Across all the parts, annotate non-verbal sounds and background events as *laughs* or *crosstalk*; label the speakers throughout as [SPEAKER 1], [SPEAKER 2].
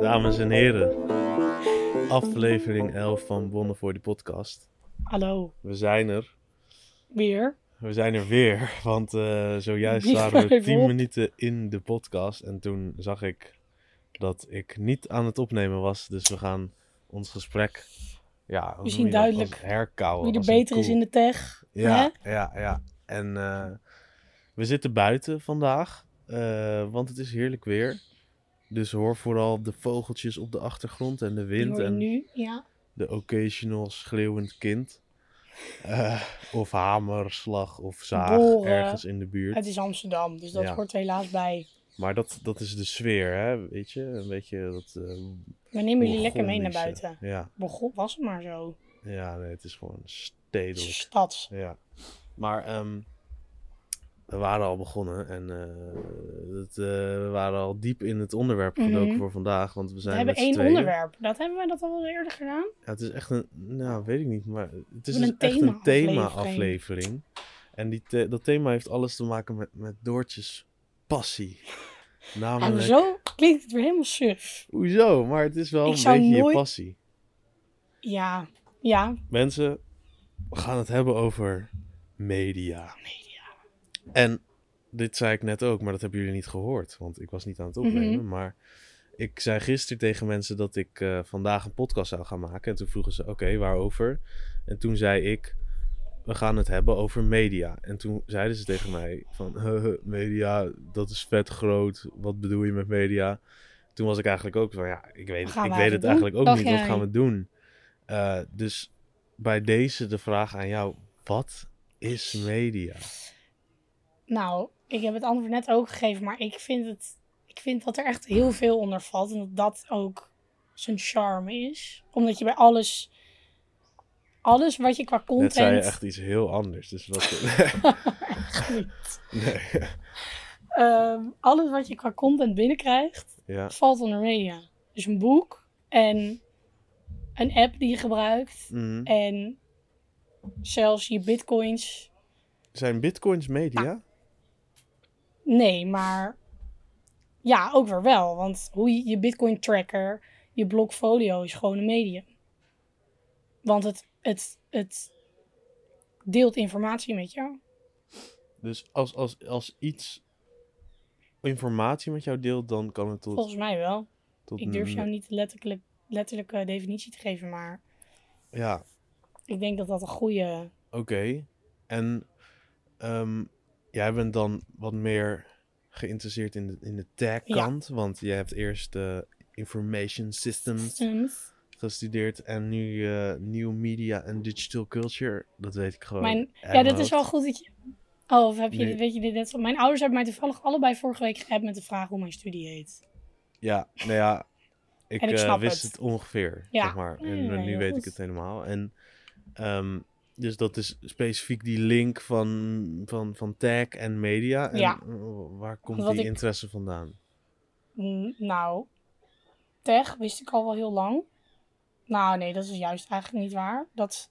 [SPEAKER 1] dames en heren. Aflevering 11 van Bonnen voor de podcast.
[SPEAKER 2] Hallo,
[SPEAKER 1] We zijn er.
[SPEAKER 2] weer.
[SPEAKER 1] We zijn er weer, want eh, zojuist
[SPEAKER 2] Wie
[SPEAKER 1] waren we
[SPEAKER 2] vijf
[SPEAKER 1] 10
[SPEAKER 2] op?
[SPEAKER 1] minuten in de podcast en toen zag ik dat ik niet aan het opnemen was. Dus we gaan ons gesprek, ja, hoe noem
[SPEAKER 2] Misschien
[SPEAKER 1] je dat? Als
[SPEAKER 2] duidelijk
[SPEAKER 1] herkouwen.
[SPEAKER 2] Wie er
[SPEAKER 1] als Oh, een
[SPEAKER 2] beter is
[SPEAKER 1] koe.
[SPEAKER 2] in de tech.
[SPEAKER 1] Ja, ja, ja. En eh, we zitten buiten vandaag, eh, want het is heerlijk weer. Dus hoor vooral de vogeltjes op de achtergrond en de
[SPEAKER 2] Die
[SPEAKER 1] wind
[SPEAKER 2] hoor je
[SPEAKER 1] en
[SPEAKER 2] nu, ja.
[SPEAKER 1] de occasional schreeuwend kind. Eh, of hamerslag of zaag
[SPEAKER 2] Boren.
[SPEAKER 1] ergens in de buurt.
[SPEAKER 2] Het is Amsterdam, dus dat
[SPEAKER 1] Ja.
[SPEAKER 2] hoort er helaas bij.
[SPEAKER 1] Maar dat, dat is de sfeer, hè? weet je? Een beetje dat... eh
[SPEAKER 2] We nemen jullie lekker mee naar
[SPEAKER 1] Bourgondische.
[SPEAKER 2] buiten.
[SPEAKER 1] Ja,
[SPEAKER 2] Maar god, was het maar zo.
[SPEAKER 1] ja nee, het is gewoon
[SPEAKER 2] Het is
[SPEAKER 1] stedelijk.
[SPEAKER 2] Stads.
[SPEAKER 1] Ja. Maar ehm, we waren al begonnen en eh, het, eh, we waren al diep in het onderwerp gedoken
[SPEAKER 2] Mhm.
[SPEAKER 1] voor vandaag. Want we
[SPEAKER 2] We
[SPEAKER 1] zijn
[SPEAKER 2] hebben
[SPEAKER 1] met z'n
[SPEAKER 2] één
[SPEAKER 1] tweeën.
[SPEAKER 2] onderwerp. Dat hebben we dat al eerder gedaan.
[SPEAKER 1] Ja, het is echt een, nou weet ik niet, maar het is
[SPEAKER 2] Wat
[SPEAKER 1] dus
[SPEAKER 2] een
[SPEAKER 1] echt een
[SPEAKER 2] thema-aflevering.
[SPEAKER 1] thema-aflevering. En die the- dat thema heeft alles te maken met, met Doortjes
[SPEAKER 2] *laughs*
[SPEAKER 1] passie.
[SPEAKER 2] En
[SPEAKER 1] Namelijk,
[SPEAKER 2] zo klinkt het weer helemaal suf.
[SPEAKER 1] hoezo? Maar het is wel
[SPEAKER 2] Ik
[SPEAKER 1] een
[SPEAKER 2] zou
[SPEAKER 1] beetje
[SPEAKER 2] nooit-
[SPEAKER 1] je passie.
[SPEAKER 2] Ja, ja.
[SPEAKER 1] Mensen, we gaan het hebben over media. En dit zei ik net ook, maar dat hebben jullie niet gehoord, want ik was niet aan het opnemen.
[SPEAKER 2] Mhm.
[SPEAKER 1] Maar ik zei gisteren tegen mensen dat ik eh, vandaag een podcast zou gaan maken. En toen vroegen ze, oké, waarover? En toen zei ik, we gaan het hebben over media. En toen zeiden ze tegen mij van, *laughs* media, dat is vet groot. Wat bedoel je met media? Toen was ik eigenlijk ook van, ja, ik weet,
[SPEAKER 2] Wat gaan
[SPEAKER 1] ik
[SPEAKER 2] we
[SPEAKER 1] weet het
[SPEAKER 2] eigenlijk
[SPEAKER 1] eigenlijk ook
[SPEAKER 2] doen? Dacht
[SPEAKER 1] niet. Wat
[SPEAKER 2] jij?
[SPEAKER 1] gaan we doen? Eh, dus bij deze de vraag aan jou, wat is media?
[SPEAKER 2] Nou, ik heb het antwoord net ook gegeven, maar ik vind, het, ik vind dat er echt heel veel onder valt. En dat dat ook zijn charme is. Omdat je bij alles, alles wat je qua
[SPEAKER 1] Net zei je
[SPEAKER 2] content...
[SPEAKER 1] echt iets heel anders. Dus wat...
[SPEAKER 2] *laughs*
[SPEAKER 1] *laughs* nee.
[SPEAKER 2] Ehm, alles wat je qua content binnenkrijgt,
[SPEAKER 1] Ja.
[SPEAKER 2] valt onder media. Dus een boek en een app die je gebruikt
[SPEAKER 1] Mhm.
[SPEAKER 2] en zelfs je bitcoins.
[SPEAKER 1] Zijn bitcoins media?
[SPEAKER 2] Nee, maar ja, ook weer wel. Want hoe je, je bitcoin tracker, je blokfolio is gewoon een medium. Want het, het, het deelt informatie met jou.
[SPEAKER 1] Dus als, als, als iets informatie met jou deelt, dan kan het tot...
[SPEAKER 2] Volgens mij wel.
[SPEAKER 1] tot
[SPEAKER 2] Ik durf
[SPEAKER 1] ne-
[SPEAKER 2] jou niet de letterlijk, letterlijke definitie te geven, maar
[SPEAKER 1] Ja,
[SPEAKER 2] ik denk dat dat een goede
[SPEAKER 1] oké. En ehm, jij bent dan wat meer geïnteresseerd in de, in de
[SPEAKER 2] Ja.
[SPEAKER 1] tech-kant. Want je hebt eerst eh, Information Systems
[SPEAKER 2] Sims.
[SPEAKER 1] gestudeerd en nu eh, New Media en Digital Culture. Dat weet ik gewoon.
[SPEAKER 2] Mijn,
[SPEAKER 1] uit
[SPEAKER 2] ja,
[SPEAKER 1] mijn
[SPEAKER 2] dat is wel
[SPEAKER 1] hoofd.
[SPEAKER 2] goed dat je... Oh, of heb je,
[SPEAKER 1] Nee.
[SPEAKER 2] weet je dit net zo? Mijn ouders hebben mij toevallig allebei vorige week geappt met de vraag hoe mijn studie heet.
[SPEAKER 1] Ja, nou ja, ik,
[SPEAKER 2] En ik
[SPEAKER 1] eh,
[SPEAKER 2] snap
[SPEAKER 1] wist het,
[SPEAKER 2] het.
[SPEAKER 1] ongeveer,
[SPEAKER 2] Ja.
[SPEAKER 1] zeg maar. En
[SPEAKER 2] Nee,
[SPEAKER 1] eh, nu
[SPEAKER 2] heel
[SPEAKER 1] weet ik
[SPEAKER 2] goed.
[SPEAKER 1] het helemaal. En ehm, dus dat is specifiek die link van, van, van tag en media. En
[SPEAKER 2] Ja.
[SPEAKER 1] eh, waar komt
[SPEAKER 2] Wat
[SPEAKER 1] die
[SPEAKER 2] ik-
[SPEAKER 1] interesse vandaan?
[SPEAKER 2] Mm, nou, tech wist ik al wel heel lang. Nou, nee, dat is juist eigenlijk niet waar. Dat,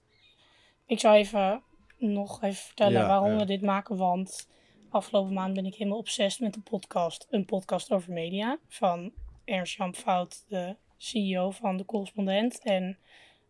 [SPEAKER 2] ik zou even nog even vertellen
[SPEAKER 1] Ja,
[SPEAKER 2] waarom
[SPEAKER 1] ja.
[SPEAKER 2] we dit maken, want afgelopen maand ben ik helemaal obsessed met een podcast. Een podcast over media van Ernst Jan Fout, de CEO van De Correspondent en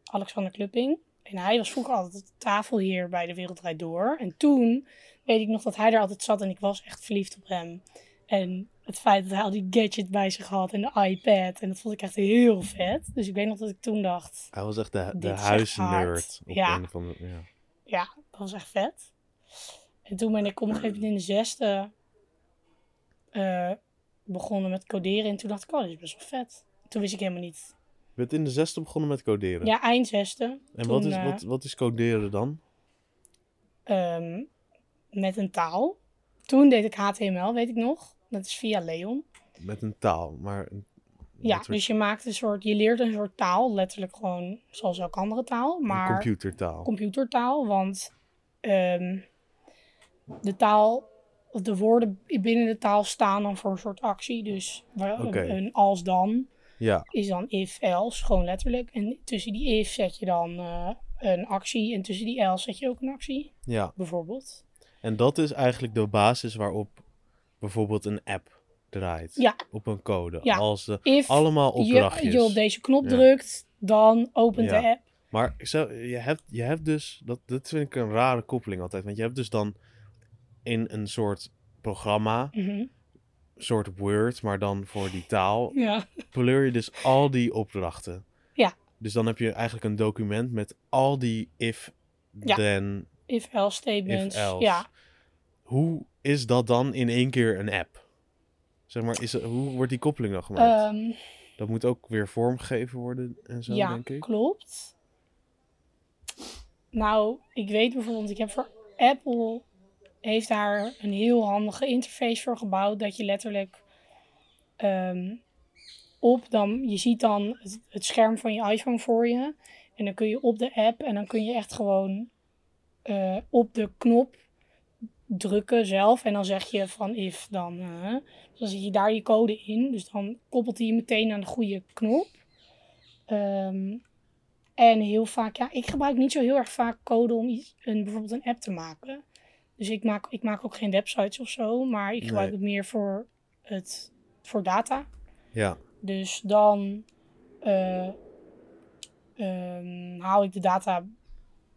[SPEAKER 2] Alexander Klupping. En hij was vroeger altijd de tafelheer bij De Wereld Draait Door. En toen weet ik nog dat hij er altijd zat en ik was echt verliefd op hem. En het feit dat hij al die gadget bij zich had en de iPad. En dat vond ik echt heel vet. Dus ik weet nog dat ik toen dacht,
[SPEAKER 1] Hij was echt de,
[SPEAKER 2] Dit
[SPEAKER 1] de
[SPEAKER 2] is echt
[SPEAKER 1] huisnerd.
[SPEAKER 2] hard.
[SPEAKER 1] Op
[SPEAKER 2] Ja.
[SPEAKER 1] een of andere, ja.
[SPEAKER 2] ja, dat was echt vet. En toen ben ik op een gegeven moment in de zesde eh, begonnen met coderen. En toen dacht ik, oh, dit is best wel vet. Toen wist ik helemaal niet.
[SPEAKER 1] Je bent in de zesde begonnen met coderen.
[SPEAKER 2] Ja, eind zesde.
[SPEAKER 1] en
[SPEAKER 2] toen,
[SPEAKER 1] wat, is,
[SPEAKER 2] eh,
[SPEAKER 1] wat, wat is coderen dan?
[SPEAKER 2] ehm, met een taal. Toen deed ik HTML, weet ik nog. Dat is via Leon.
[SPEAKER 1] Met een taal, maar... een-
[SPEAKER 2] Ja,
[SPEAKER 1] wat voor-
[SPEAKER 2] dus je maakt een soort, je leert een soort taal, letterlijk gewoon zoals elke andere taal,
[SPEAKER 1] een
[SPEAKER 2] maar
[SPEAKER 1] computertaal.
[SPEAKER 2] computertaal, want ehm, de taal, of de woorden binnen de taal staan dan voor een soort actie. Dus wa-
[SPEAKER 1] Oké.
[SPEAKER 2] een als dan
[SPEAKER 1] ja,
[SPEAKER 2] is dan if, else, gewoon letterlijk. En tussen die if zet je dan eh, een actie en tussen die else zet je ook een actie,
[SPEAKER 1] ja.
[SPEAKER 2] bijvoorbeeld.
[SPEAKER 1] En dat is eigenlijk de basis waarop bijvoorbeeld een app draait.
[SPEAKER 2] Ja.
[SPEAKER 1] Op een code.
[SPEAKER 2] Ja.
[SPEAKER 1] Als de,
[SPEAKER 2] If
[SPEAKER 1] allemaal
[SPEAKER 2] je,
[SPEAKER 1] opdrachtjes.
[SPEAKER 2] je op deze knop
[SPEAKER 1] Ja.
[SPEAKER 2] drukt, dan opent
[SPEAKER 1] Ja.
[SPEAKER 2] de app.
[SPEAKER 1] Maar ik zou, je, hebt, je hebt dus, dat, dat vind ik een rare koppeling altijd. Want je hebt dus dan in een soort programma,
[SPEAKER 2] Mhm.
[SPEAKER 1] soort Word, maar dan voor die taal,
[SPEAKER 2] Ja.
[SPEAKER 1] pleur je dus al die opdrachten.
[SPEAKER 2] Ja.
[SPEAKER 1] Dus dan heb je eigenlijk een document met al die if,
[SPEAKER 2] Ja.
[SPEAKER 1] then,
[SPEAKER 2] If else
[SPEAKER 1] if
[SPEAKER 2] statements.
[SPEAKER 1] else.
[SPEAKER 2] Ja.
[SPEAKER 1] Hoe is dat dan in één keer een app? Zeg maar, is, er- hoe wordt die koppeling dan gemaakt?
[SPEAKER 2] Ehm,
[SPEAKER 1] dat moet ook weer vormgegeven worden en zo,
[SPEAKER 2] ja,
[SPEAKER 1] denk ik.
[SPEAKER 2] klopt. Nou, ik weet bijvoorbeeld, ik heb voor Apple heeft daar een heel handige interface voor gebouwd. Dat je letterlijk ehm, op dan, je ziet dan het, het scherm van je iPhone voor je. En dan kun je op de app en dan kun je echt gewoon eh, op de knop drukken zelf. En dan zeg je van if dan. eh. dus dan zet je daar je code in. Dus dan koppelt hij je meteen aan de goede knop. Ehm, en heel vaak, ja, ik gebruik niet zo heel erg vaak code om iets, een, bijvoorbeeld een app te maken. Dus ik maak, ik maak ook geen websites of zo, maar ik gebruik
[SPEAKER 1] Nee.
[SPEAKER 2] het meer voor, het, voor data.
[SPEAKER 1] Ja,
[SPEAKER 2] Dus dan eh, ehm, haal ik de data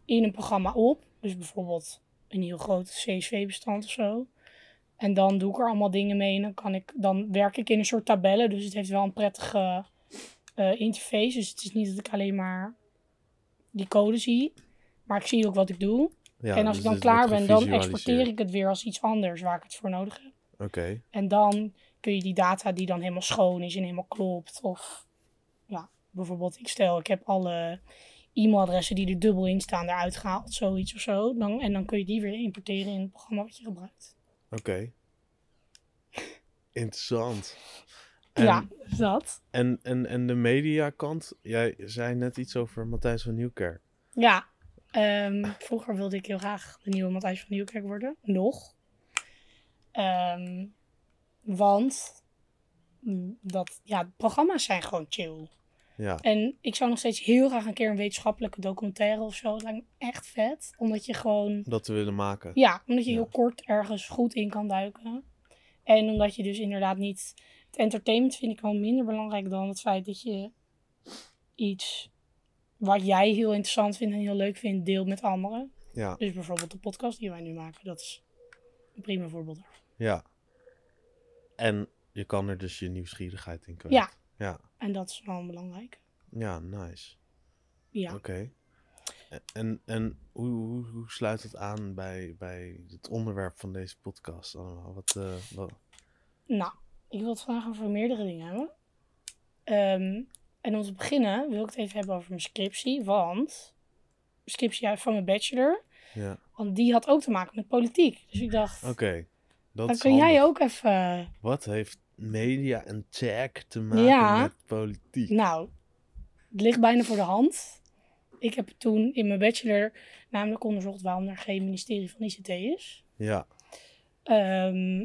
[SPEAKER 2] in een programma op. Dus bijvoorbeeld een heel groot CSV-bestand of zo. En dan doe ik er allemaal dingen mee. En dan, kan ik, dan werk ik in een soort tabellen. Dus het heeft wel een prettige eh, interface. Dus het is niet dat ik alleen maar die code zie. Maar ik zie ook wat ik doe.
[SPEAKER 1] ja.
[SPEAKER 2] en als
[SPEAKER 1] dus
[SPEAKER 2] ik dan
[SPEAKER 1] dit
[SPEAKER 2] klaar
[SPEAKER 1] wordt
[SPEAKER 2] ben, dan
[SPEAKER 1] gevisualiseerd.
[SPEAKER 2] exporteer ik het weer als iets anders waar ik het voor nodig heb.
[SPEAKER 1] Oké.
[SPEAKER 2] En dan kun je die data die dan helemaal schoon is en helemaal klopt. Of ja, bijvoorbeeld, ik stel, ik heb alle e-mailadressen die er dubbel in staan eruit gehaald, zoiets of zo. Dan, en dan kun je die weer importeren in het programma wat je gebruikt.
[SPEAKER 1] Oké. Interessant. En,
[SPEAKER 2] ja, dus dat.
[SPEAKER 1] En, en, en de mediakant, jij zei net iets over Matthijs van Nieuwkerk.
[SPEAKER 2] Ja, ehm, vroeger wilde ik heel graag de nieuwe Matthijs van Nieuwkerk worden. Nog. Ehm, want mm, dat, ja, programma's zijn gewoon chill.
[SPEAKER 1] Ja,
[SPEAKER 2] En ik zou nog steeds heel graag een keer een wetenschappelijke documentaire of zo. Dat lijkt me echt vet. Omdat je gewoon.
[SPEAKER 1] dat te willen maken.
[SPEAKER 2] Ja, omdat je
[SPEAKER 1] Ja.
[SPEAKER 2] heel kort ergens goed in kan duiken. En omdat je dus inderdaad niet. Het entertainment vind ik wel minder belangrijk dan het feit dat je iets wat jij heel interessant vindt en heel leuk vindt, deelt met anderen.
[SPEAKER 1] Ja,
[SPEAKER 2] Dus bijvoorbeeld de podcast die wij nu maken, dat is een prima voorbeeld. daarvan.
[SPEAKER 1] ja. En je kan er dus je nieuwsgierigheid in kwijt.
[SPEAKER 2] Ja.
[SPEAKER 1] Ja,
[SPEAKER 2] En dat is wel belangrijk.
[SPEAKER 1] ja nice.
[SPEAKER 2] Ja.
[SPEAKER 1] Oké. En- En, en hoe, hoe, hoe sluit het aan bij, bij het onderwerp van deze podcast allemaal? Wat, eh, wat-
[SPEAKER 2] Nou, ik wil het vandaag over meerdere dingen hebben. Ehm, en om te beginnen wil ik het even hebben over mijn scriptie. Want, scriptie van mijn bachelor,
[SPEAKER 1] ja,
[SPEAKER 2] want die had ook te maken met politiek. Dus ik dacht,
[SPEAKER 1] oké. Dat
[SPEAKER 2] dan
[SPEAKER 1] is
[SPEAKER 2] kun jij
[SPEAKER 1] handig.
[SPEAKER 2] ook even...
[SPEAKER 1] Wat heeft media en tech te maken
[SPEAKER 2] Ja.
[SPEAKER 1] met politiek?
[SPEAKER 2] Nou, het ligt bijna voor de hand. Ik heb toen in mijn bachelor namelijk onderzocht waarom er geen ministerie van ICT is.
[SPEAKER 1] Ja,
[SPEAKER 2] Ehm,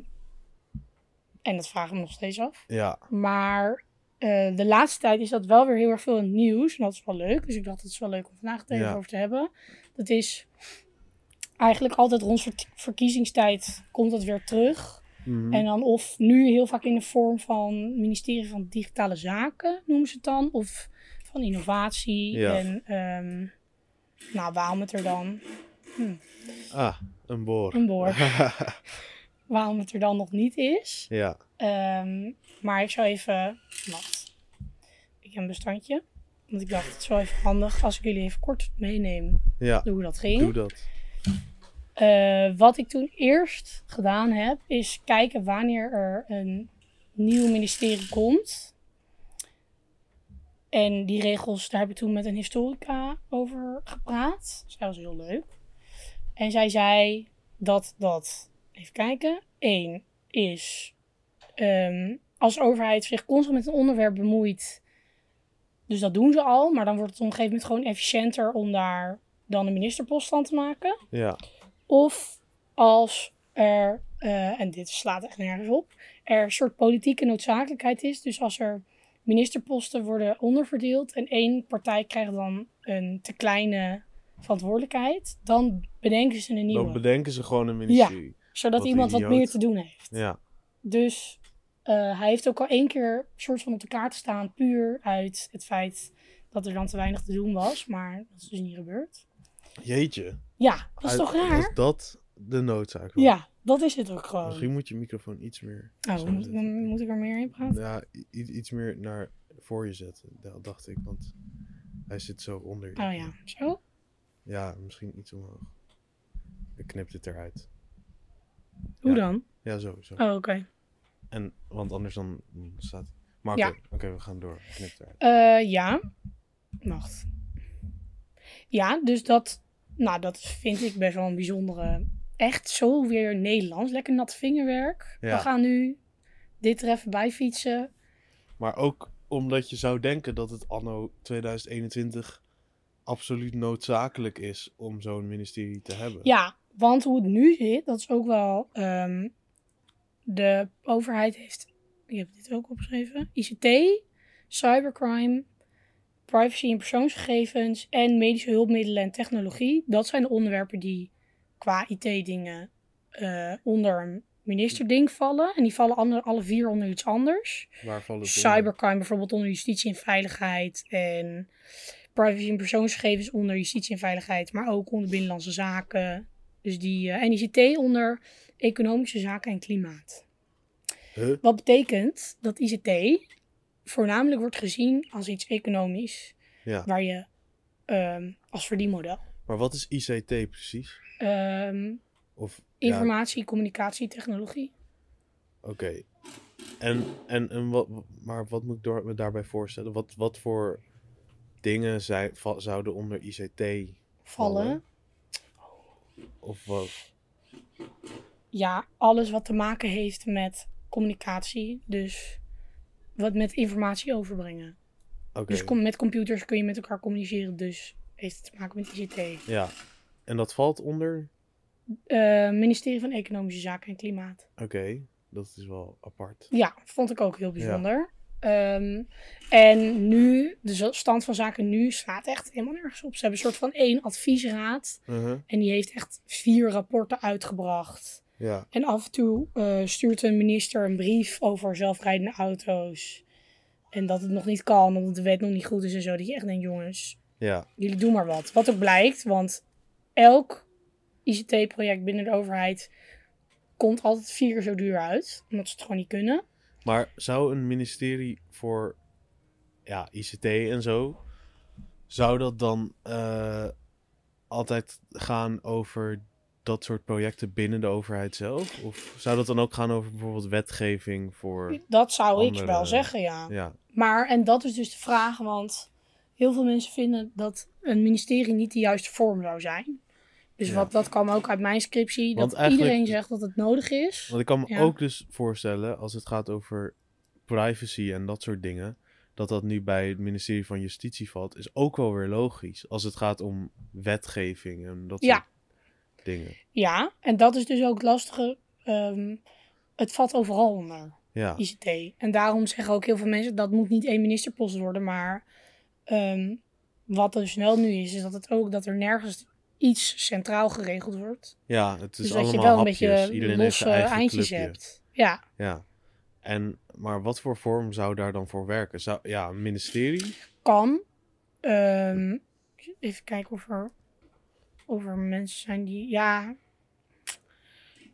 [SPEAKER 2] en dat vraag ik me nog steeds af.
[SPEAKER 1] ja,
[SPEAKER 2] Maar eh, de laatste tijd is dat wel weer heel erg veel in het nieuws. En dat is wel leuk. Dus ik dacht, het is wel leuk om vandaag het even
[SPEAKER 1] Ja.
[SPEAKER 2] over te hebben. Dat is eigenlijk altijd rond ver- verkiezingstijd komt dat weer terug.
[SPEAKER 1] Mhm.
[SPEAKER 2] En dan of nu heel vaak in de vorm van ministerie van Digitale Zaken noemen ze het dan. Of van innovatie.
[SPEAKER 1] Ja.
[SPEAKER 2] En ehm, nou, waarom het er dan,
[SPEAKER 1] Ah, een boor.
[SPEAKER 2] een boor,
[SPEAKER 1] *laughs*
[SPEAKER 2] waarom het er dan nog niet is.
[SPEAKER 1] ja,
[SPEAKER 2] Ehm, maar ik zou even. Wat? Ik heb een bestandje. Want ik dacht, het is wel even handig als ik jullie even kort meeneem
[SPEAKER 1] ja,
[SPEAKER 2] hoe dat
[SPEAKER 1] doe
[SPEAKER 2] ging.
[SPEAKER 1] dat.
[SPEAKER 2] Eh, wat ik toen eerst gedaan heb, is kijken wanneer er een nieuw ministerie komt. En die regels, daar heb ik toen met een historica over gepraat. Zij was heel leuk. En zij zei dat dat, even kijken, één is ehm, als de overheid zich constant met een onderwerp bemoeit, dus dat doen ze al, maar dan wordt het op een gegeven moment gewoon efficiënter om daar dan een ministerpost van te maken.
[SPEAKER 1] Ja,
[SPEAKER 2] Of als er, eh, en dit slaat echt nergens op, er een soort politieke noodzakelijkheid is. Dus als er ministerposten worden onderverdeeld en één partij krijgt dan een te kleine verantwoordelijkheid, dan bedenken ze een nieuwe.
[SPEAKER 1] dan bedenken ze gewoon een ministerie.
[SPEAKER 2] zodat
[SPEAKER 1] Wat
[SPEAKER 2] iemand wat
[SPEAKER 1] idioot.
[SPEAKER 2] meer te doen heeft.
[SPEAKER 1] Ja,
[SPEAKER 2] Dus ehm, eh, hij heeft ook al één keer soort van op de kaart staan, puur uit het feit dat er dan te weinig te doen was. Maar dat is dus niet gebeurd.
[SPEAKER 1] Jeetje.
[SPEAKER 2] Ja, dat is
[SPEAKER 1] Uit-
[SPEAKER 2] toch raar?
[SPEAKER 1] Als dat de noodzaak was.
[SPEAKER 2] Ja, dat is het ook gewoon.
[SPEAKER 1] Misschien moet je microfoon iets meer...
[SPEAKER 2] Oh,
[SPEAKER 1] zo
[SPEAKER 2] moet,
[SPEAKER 1] zetten.
[SPEAKER 2] dan moet ik er meer in praten?
[SPEAKER 1] Ja, i- i- iets meer naar voor je zetten, da- dacht ik. Want hij zit zo onder je.
[SPEAKER 2] Oh ja, zo?
[SPEAKER 1] Ja, misschien iets omhoog. Ik knip dit eruit.
[SPEAKER 2] Hoe
[SPEAKER 1] Ja.
[SPEAKER 2] dan?
[SPEAKER 1] Ja, zo. zo.
[SPEAKER 2] Oh, oké.
[SPEAKER 1] En, want anders dan dan staat Maar oké,
[SPEAKER 2] Ja.
[SPEAKER 1] oké, we gaan door. Ik knip het eruit.
[SPEAKER 2] Eh, ja. Wacht. Ja, dus dat, nou, dat vind ik best wel een bijzondere. Echt zo weer Nederlands. Lekker nat vingerwerk.
[SPEAKER 1] Ja.
[SPEAKER 2] We gaan nu dit er even bij fietsen.
[SPEAKER 1] Maar ook omdat je zou denken dat het anno 2021 absoluut noodzakelijk is om zo'n ministerie te hebben.
[SPEAKER 2] Ja, want hoe het nu zit, dat is ook wel. ehm, de overheid heeft. Ik heb dit ook opgeschreven: ICT, cybercrime, privacy en persoonsgegevens en medische hulpmiddelen en technologie. Dat zijn de onderwerpen die qua IT-dingen eh, onder een ministerding vallen. En die vallen alle, alle vier onder iets anders.
[SPEAKER 1] Waar vallen het onder?
[SPEAKER 2] Cybercrime bijvoorbeeld onder justitie en veiligheid. En privacy en persoonsgegevens onder justitie en veiligheid. Maar ook onder binnenlandse zaken. Dus die, eh, en ICT onder economische zaken en klimaat.
[SPEAKER 1] Huh?
[SPEAKER 2] Wat betekent dat ICT voornamelijk wordt gezien als iets economisch.
[SPEAKER 1] Ja.
[SPEAKER 2] Waar je ehm, als verdienmodel.
[SPEAKER 1] Maar wat is ICT precies?
[SPEAKER 2] ehm,
[SPEAKER 1] Of ja,
[SPEAKER 2] informatie, communicatie, technologie.
[SPEAKER 1] Oké. En, en, en wat, maar wat moet ik door, me daarbij voorstellen? Wat, wat voor dingen zij, va- zouden onder ICT
[SPEAKER 2] Vallen.
[SPEAKER 1] vallen? Of wat?
[SPEAKER 2] ja, alles wat te maken heeft met communicatie. Dus wat met informatie overbrengen.
[SPEAKER 1] Oké.
[SPEAKER 2] Dus com- met computers kun je met elkaar communiceren. Dus heeft het te maken met ICT.
[SPEAKER 1] Ja. En dat valt onder?
[SPEAKER 2] Eh, ministerie van Economische Zaken en Klimaat.
[SPEAKER 1] Oké. Dat is wel apart.
[SPEAKER 2] Ja, vond ik ook heel bijzonder. Ehm, en nu, de zo- stand van zaken nu staat echt helemaal nergens op. Ze hebben een soort van één adviesraad.
[SPEAKER 1] Uh-huh.
[SPEAKER 2] En die heeft echt vier rapporten uitgebracht.
[SPEAKER 1] Ja.
[SPEAKER 2] En af en toe eh, stuurt een minister een brief over zelfrijdende auto's. En dat het nog niet kan, omdat de wet nog niet goed is en zo. Dat je echt denkt, jongens,
[SPEAKER 1] Ja.
[SPEAKER 2] jullie doen maar wat. Wat ook blijkt, want elk ICT-project binnen de overheid komt altijd vier keer zo duur uit. Omdat ze het gewoon niet kunnen.
[SPEAKER 1] Maar zou een ministerie voor ja, ICT en zo, zou dat dan eh, altijd gaan over dat soort projecten binnen de overheid zelf? Of zou dat dan ook gaan over bijvoorbeeld wetgeving voor.
[SPEAKER 2] Dat zou ik
[SPEAKER 1] Andere- eh,
[SPEAKER 2] wel zeggen, ja.
[SPEAKER 1] Ja,
[SPEAKER 2] Maar, en dat is dus de vraag, want heel veel mensen vinden dat een ministerie niet de juiste vorm zou zijn. Dus
[SPEAKER 1] Ja.
[SPEAKER 2] wat, dat kwam ook uit mijn scriptie,
[SPEAKER 1] Want
[SPEAKER 2] dat
[SPEAKER 1] eigenlijk-
[SPEAKER 2] iedereen zegt dat het nodig is.
[SPEAKER 1] want ik kan me
[SPEAKER 2] Ja.
[SPEAKER 1] ook dus voorstellen als het gaat over privacy en dat soort dingen. Dat dat nu bij het ministerie van Justitie valt, is ook wel weer logisch. Als het gaat om wetgeving en dat
[SPEAKER 2] Ja.
[SPEAKER 1] soort dingen.
[SPEAKER 2] Ja, en dat is dus ook het lastige. ehm, het valt overal onder
[SPEAKER 1] Ja.
[SPEAKER 2] ICT. En daarom zeggen ook heel veel mensen dat moet niet één ministerpost worden. Maar ehm, wat dus wel nu is, is dat het ook dat er nergens iets centraal geregeld wordt.
[SPEAKER 1] Ja, het is
[SPEAKER 2] dus dat
[SPEAKER 1] allemaal
[SPEAKER 2] je wel een
[SPEAKER 1] hapjes.
[SPEAKER 2] beetje
[SPEAKER 1] Iedereen heeft
[SPEAKER 2] losse
[SPEAKER 1] zijn eigen
[SPEAKER 2] eindjes
[SPEAKER 1] clubje.
[SPEAKER 2] hebt. Ja,
[SPEAKER 1] Ja. En, maar wat voor vorm zou daar dan voor werken? Zou, ja, een ministerie?
[SPEAKER 2] kan. Ehm, even kijken of er, of er mensen zijn die. Ja.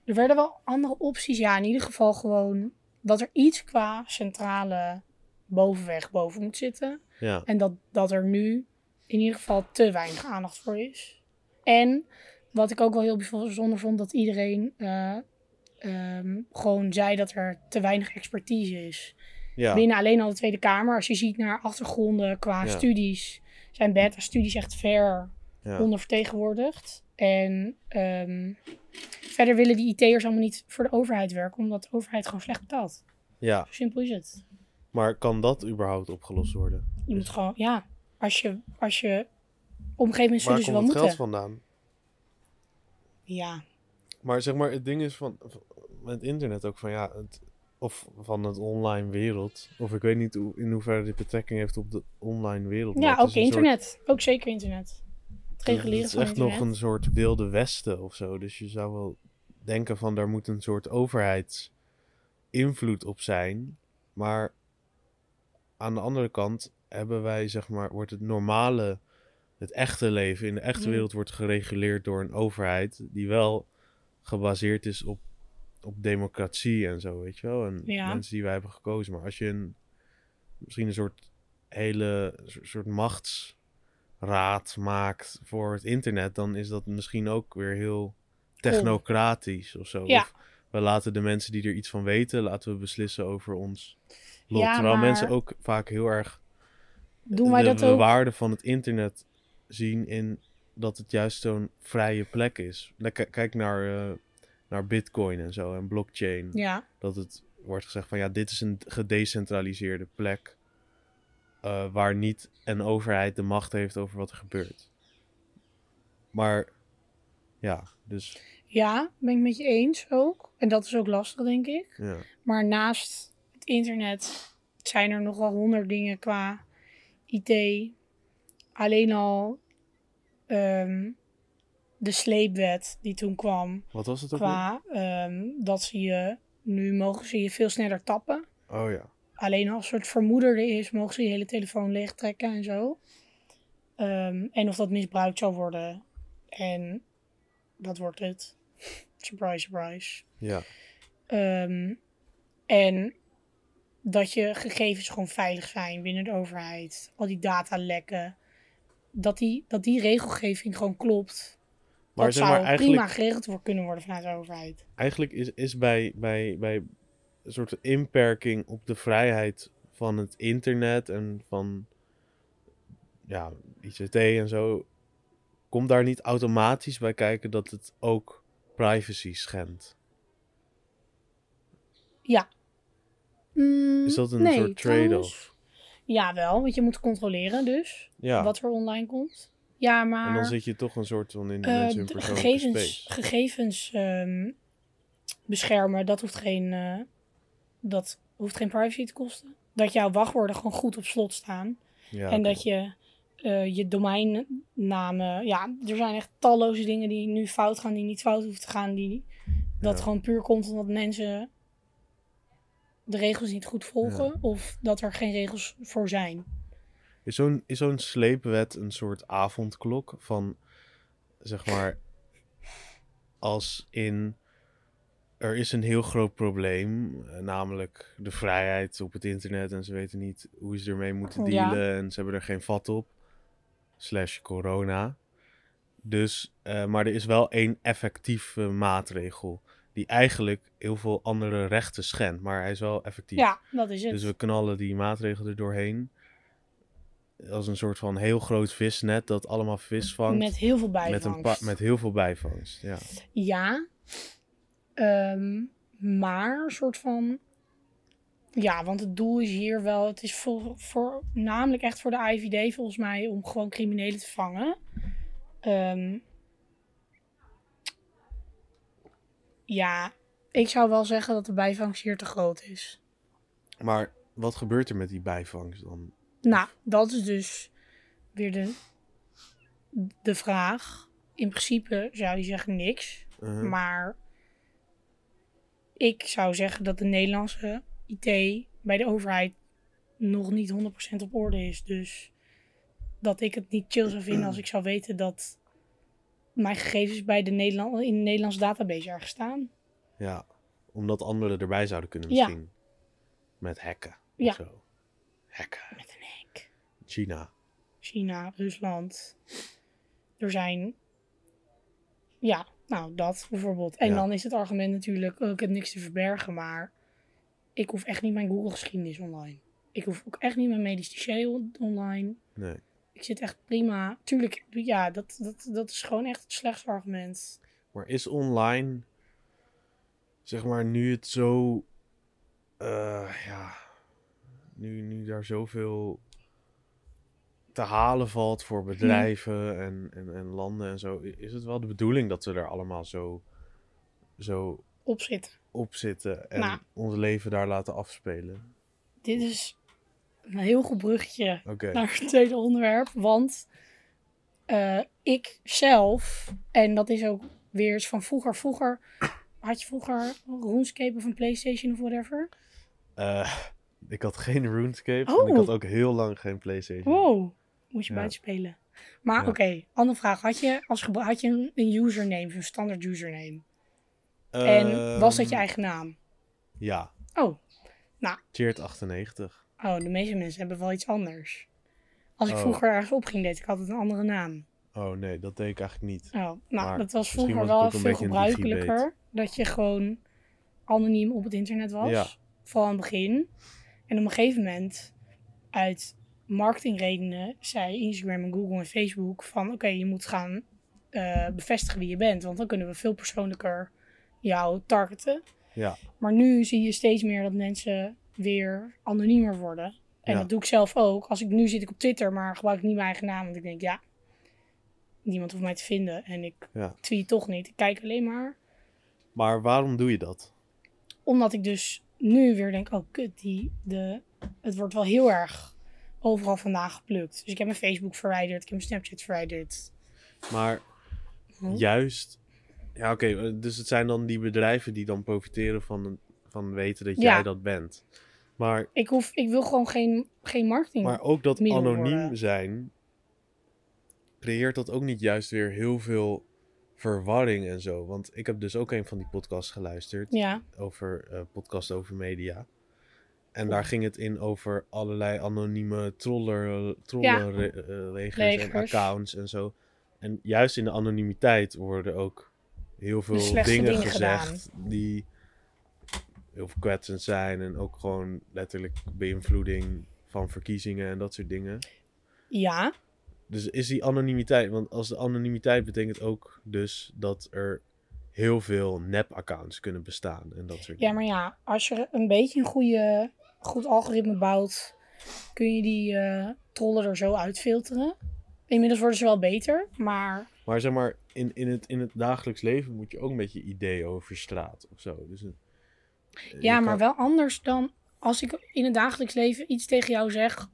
[SPEAKER 2] Er werden wel andere opties. Ja, in ieder geval gewoon dat er iets qua centrale bovenweg boven moet zitten.
[SPEAKER 1] Ja.
[SPEAKER 2] En dat, dat er nu in ieder geval te weinig aandacht voor is. En wat ik ook wel heel bijzonder vond, dat iedereen eh, ehm, gewoon zei dat er te weinig expertise is
[SPEAKER 1] Ja.
[SPEAKER 2] binnen alleen al de Tweede Kamer. Als je ziet naar achtergronden qua
[SPEAKER 1] Ja.
[SPEAKER 2] studies, zijn beta-studies echt ver
[SPEAKER 1] ja.
[SPEAKER 2] ondervertegenwoordigd. En ehm, verder willen die IT'ers allemaal niet voor de overheid werken, omdat de overheid gewoon slecht betaalt.
[SPEAKER 1] ja.
[SPEAKER 2] Zo simpel is het.
[SPEAKER 1] Maar kan dat überhaupt opgelost worden?
[SPEAKER 2] Je moet gewoon, ja, als je, als je op een gegeven moment
[SPEAKER 1] Waar
[SPEAKER 2] zullen
[SPEAKER 1] komt het
[SPEAKER 2] ze wel moeten.
[SPEAKER 1] geld vandaan?
[SPEAKER 2] Ja,
[SPEAKER 1] Maar zeg maar, het ding is van, van het internet ook van ja, het, of van het online wereld. Of ik weet niet hoe, in hoeverre dit betrekking heeft op de online wereld. maar
[SPEAKER 2] ja
[SPEAKER 1] het is
[SPEAKER 2] ook
[SPEAKER 1] een soort-
[SPEAKER 2] internet. Ook zeker internet. Het reguleren
[SPEAKER 1] Het is
[SPEAKER 2] van
[SPEAKER 1] echt
[SPEAKER 2] internet.
[SPEAKER 1] nog een soort wilde westen of zo. Dus je zou wel denken van daar moet een soort overheids invloed op zijn. Maar aan de andere kant hebben wij, zeg maar, wordt het normale, het echte leven in de echte
[SPEAKER 2] Mm.
[SPEAKER 1] wereld wordt gereguleerd door een overheid die wel gebaseerd is op, op democratie en zo, weet je wel. En
[SPEAKER 2] Ja.
[SPEAKER 1] mensen die wij hebben gekozen. Maar als je een, misschien een soort hele een soort- soort machtsraad maakt voor het internet, dan is dat misschien ook weer heel technocratisch of zo.
[SPEAKER 2] Ja.
[SPEAKER 1] Of we laten de mensen die er iets van weten, laten we beslissen over ons lot.
[SPEAKER 2] Ja,
[SPEAKER 1] Terwijl
[SPEAKER 2] maar-
[SPEAKER 1] mensen ook vaak heel erg
[SPEAKER 2] Doen wij
[SPEAKER 1] de,
[SPEAKER 2] dat
[SPEAKER 1] de
[SPEAKER 2] ook?
[SPEAKER 1] waarde van het internet zien in dat het juist zo'n vrije plek is. Dan k- Kijk naar, eh, naar bitcoin en zo en blockchain.
[SPEAKER 2] Ja,
[SPEAKER 1] Dat het wordt gezegd van ja, dit is een gedecentraliseerde plek eh, waar niet een overheid de macht heeft over wat er gebeurt. Maar ja, dus
[SPEAKER 2] ja, ben ik met je eens ook. En dat is ook lastig, denk ik.
[SPEAKER 1] ja.
[SPEAKER 2] Maar naast het internet zijn er nog wel honderd dingen qua IT. Alleen al ehm, de sleepwet die toen kwam.
[SPEAKER 1] Wat was het ook? weer?
[SPEAKER 2] Qua ehm, dat ze je nu mogen ze je veel sneller tappen.
[SPEAKER 1] Oh ja.
[SPEAKER 2] Alleen als het vermoederde is, mogen ze je hele telefoon leegtrekken en zo. Ehm, en of dat misbruikt zou worden. En dat wordt het. *laughs* Surprise, surprise.
[SPEAKER 1] Ja.
[SPEAKER 2] Ehm, en dat je gegevens gewoon veilig zijn binnen de overheid. Al die data lekken. Dat die, dat die regelgeving gewoon klopt.
[SPEAKER 1] Maar
[SPEAKER 2] dat
[SPEAKER 1] zeg
[SPEAKER 2] zou
[SPEAKER 1] maar
[SPEAKER 2] prima
[SPEAKER 1] eigenlijk,
[SPEAKER 2] geregeld worden, kunnen worden vanuit de overheid.
[SPEAKER 1] eigenlijk is, is bij, bij, bij een soort inperking op de vrijheid van het internet en van ja, ICT en zo, komt daar niet automatisch bij kijken dat het ook privacy schendt. Is dat een
[SPEAKER 2] Mm, nee,
[SPEAKER 1] soort
[SPEAKER 2] trouwens.
[SPEAKER 1] trade-off?
[SPEAKER 2] Jawel, want je moet controleren dus.
[SPEAKER 1] Ja.
[SPEAKER 2] Wat er online komt. Ja, maar...
[SPEAKER 1] En dan zit je toch een soort van in de
[SPEAKER 2] Eh,
[SPEAKER 1] mensen hun
[SPEAKER 2] de
[SPEAKER 1] persoonlijke
[SPEAKER 2] gegevens,
[SPEAKER 1] space.
[SPEAKER 2] gegevens ehm, beschermen, dat hoeft, geen, eh, dat hoeft geen privacy te kosten. Dat jouw wachtwoorden gewoon goed op slot staan.
[SPEAKER 1] Ja,
[SPEAKER 2] en
[SPEAKER 1] oké.
[SPEAKER 2] dat je eh, je domeinnamen... Ja, er zijn echt talloze dingen die nu fout gaan, die niet fout hoeven te gaan. Die, dat
[SPEAKER 1] Ja.
[SPEAKER 2] gewoon puur komt omdat mensen de regels niet goed volgen. Of dat er geen regels voor zijn.
[SPEAKER 1] Is zo'n, is zo'n sleepwet een soort avondklok van, zeg maar, als in, er is een heel groot probleem, eh, namelijk de vrijheid op het internet en ze weten niet hoe ze ermee moeten
[SPEAKER 2] Ja.
[SPEAKER 1] dealen en ze hebben er geen vat op, slash corona. Dus, eh, maar er is wel één effectieve maatregel die eigenlijk heel veel andere rechten schendt, maar hij is wel effectief.
[SPEAKER 2] Ja, dat is het.
[SPEAKER 1] Dus we knallen die maatregelen er doorheen. Als een soort van heel groot visnet dat allemaal vis vangt.
[SPEAKER 2] met heel veel
[SPEAKER 1] met,
[SPEAKER 2] bijvangst.
[SPEAKER 1] een pa- met heel veel bijvangst. Ja.
[SPEAKER 2] Ja. Ehm, maar een soort van. Ja, want het doel is hier wel. Het is voor, voor, namelijk echt voor de IVD volgens mij om gewoon criminelen te vangen. Ehm, ja, ik zou wel zeggen dat de bijvangst hier te groot is.
[SPEAKER 1] Maar wat gebeurt er met die bijvangst dan?
[SPEAKER 2] Nou, dat is dus weer de, de vraag. In principe zou je zeggen niks.
[SPEAKER 1] Eh,
[SPEAKER 2] Maar ik zou zeggen dat de Nederlandse IT bij de overheid nog niet 100% op orde is. Dus dat ik het niet chill zou vinden als ik zou weten dat mijn gegevens bij de Nederland in de Nederlandse database ergens staan.
[SPEAKER 1] Ja, omdat anderen erbij zouden kunnen
[SPEAKER 2] Ja.
[SPEAKER 1] misschien. Met hacken. of
[SPEAKER 2] Ja.
[SPEAKER 1] Zo. Hacken.
[SPEAKER 2] Met een hek.
[SPEAKER 1] China.
[SPEAKER 2] China, Rusland. Er zijn. Ja, nou dat bijvoorbeeld. En
[SPEAKER 1] Ja.
[SPEAKER 2] dan is het argument natuurlijk: oh, ik heb niks te verbergen, maar ik hoef echt niet mijn Google-geschiedenis online. Ik hoef ook echt niet mijn medisch dossier on- online.
[SPEAKER 1] Nee.
[SPEAKER 2] Ik zit echt prima. Tuurlijk, ja, dat, dat, dat is gewoon echt het slechtste argument.
[SPEAKER 1] Maar is online, zeg maar, nu het zo, eh, ja, nu, nu daar zoveel te halen valt
[SPEAKER 2] Mhm.
[SPEAKER 1] voor bedrijven en, en, en landen en zo, i- is het wel de bedoeling dat we er allemaal zo, zo
[SPEAKER 2] Opzitten.
[SPEAKER 1] op zitten en
[SPEAKER 2] Nou.
[SPEAKER 1] ons leven daar laten afspelen?
[SPEAKER 2] Dit is een heel goed bruggetje
[SPEAKER 1] Oké,
[SPEAKER 2] naar het tweede onderwerp. Want eh, ik zelf, en dat is ook weer eens van vroeger. Vroeger had je vroeger RuneScape of een PlayStation of whatever?
[SPEAKER 1] Eh, *laughs* ik had geen RuneScape en ik
[SPEAKER 2] Oh.
[SPEAKER 1] had ook heel lang geen PlayStation.
[SPEAKER 2] Wow, moest je
[SPEAKER 1] Ja.
[SPEAKER 2] buiten spelen. Maar
[SPEAKER 1] Ja.
[SPEAKER 2] oké, andere vraag. Had je, als gebru- had je een, een username, zo'n standaard username? en was dat je
[SPEAKER 1] Ehm,
[SPEAKER 2] eigen naam?
[SPEAKER 1] Ja,
[SPEAKER 2] Oh,
[SPEAKER 1] Cheert 98.
[SPEAKER 2] oh, de meeste mensen hebben wel iets anders. Als ik
[SPEAKER 1] Oh.
[SPEAKER 2] vroeger ergens opging, deed ik altijd een andere naam.
[SPEAKER 1] Oh nee, dat deed ik eigenlijk niet.
[SPEAKER 2] Oh, nou,
[SPEAKER 1] Maar
[SPEAKER 2] dat was
[SPEAKER 1] misschien
[SPEAKER 2] vroeger
[SPEAKER 1] was ik
[SPEAKER 2] wel
[SPEAKER 1] ook een
[SPEAKER 2] veel
[SPEAKER 1] beetje een digibet.
[SPEAKER 2] gebruikelijker. Dat je gewoon anoniem op het internet was.
[SPEAKER 1] Ja.
[SPEAKER 2] Vooral aan het begin. En op een gegeven moment, uit marketingredenen, zei Instagram en Google en Facebook van... Oké, je moet gaan eh, bevestigen wie je bent. Want dan kunnen we veel persoonlijker jou targeten.
[SPEAKER 1] Ja.
[SPEAKER 2] Maar nu zie je steeds meer dat mensen weer anoniemer worden. En
[SPEAKER 1] Ja.
[SPEAKER 2] dat doe ik zelf ook. Als ik nu zit ik op Twitter, maar gebruik ik niet mijn eigen naam. Want ik denk, ja, niemand hoeft mij te vinden. En ik
[SPEAKER 1] Ja.
[SPEAKER 2] tweet toch niet. Ik kijk alleen maar.
[SPEAKER 1] Maar waarom doe je dat?
[SPEAKER 2] Omdat ik dus nu weer denk, oh kut, die, de, het wordt wel heel erg overal vandaan geplukt. Dus ik heb mijn Facebook verwijderd. Ik heb mijn Snapchat verwijderd.
[SPEAKER 1] Maar
[SPEAKER 2] Hm?
[SPEAKER 1] juist. Ja, oké. eh, dus het zijn dan die bedrijven die dan profiteren van, van weten dat
[SPEAKER 2] Ja.
[SPEAKER 1] jij dat bent. Maar,
[SPEAKER 2] Ik, hoef, ik wil gewoon geen, geen marketing.
[SPEAKER 1] maar ook dat
[SPEAKER 2] Middel
[SPEAKER 1] anoniem
[SPEAKER 2] worden.
[SPEAKER 1] zijn. creëert dat ook niet juist weer heel veel verwarring en zo. Want ik heb dus ook een van die podcasts geluisterd.
[SPEAKER 2] ja,
[SPEAKER 1] Over eh podcast over media. En daar ging het in over allerlei anonieme troller, trollenlegers en
[SPEAKER 2] Legers.
[SPEAKER 1] accounts en zo. En juist in de anonimiteit worden ook heel veel dingen,
[SPEAKER 2] slechtste dingen
[SPEAKER 1] gezegd die heel kwetsend zijn. En ook gewoon letterlijk beïnvloeding van verkiezingen en dat soort dingen.
[SPEAKER 2] ja,
[SPEAKER 1] Dus is die anonimiteit, want als de anonimiteit betekent ook dus dat er heel veel nep-accounts kunnen bestaan en dat soort
[SPEAKER 2] ja,
[SPEAKER 1] dingen.
[SPEAKER 2] maar ja, als je een beetje een goede, goed algoritme bouwt, kun je die eh, trollen er zo uitfilteren. Inmiddels worden ze wel beter, maar
[SPEAKER 1] Maar zeg maar, in, in, het, in het dagelijks leven moet je ook een beetje idee over straat of zo. Dus een- je
[SPEAKER 2] Ja, maar
[SPEAKER 1] kan-
[SPEAKER 2] wel anders dan als ik in het dagelijks leven iets tegen jou zeg,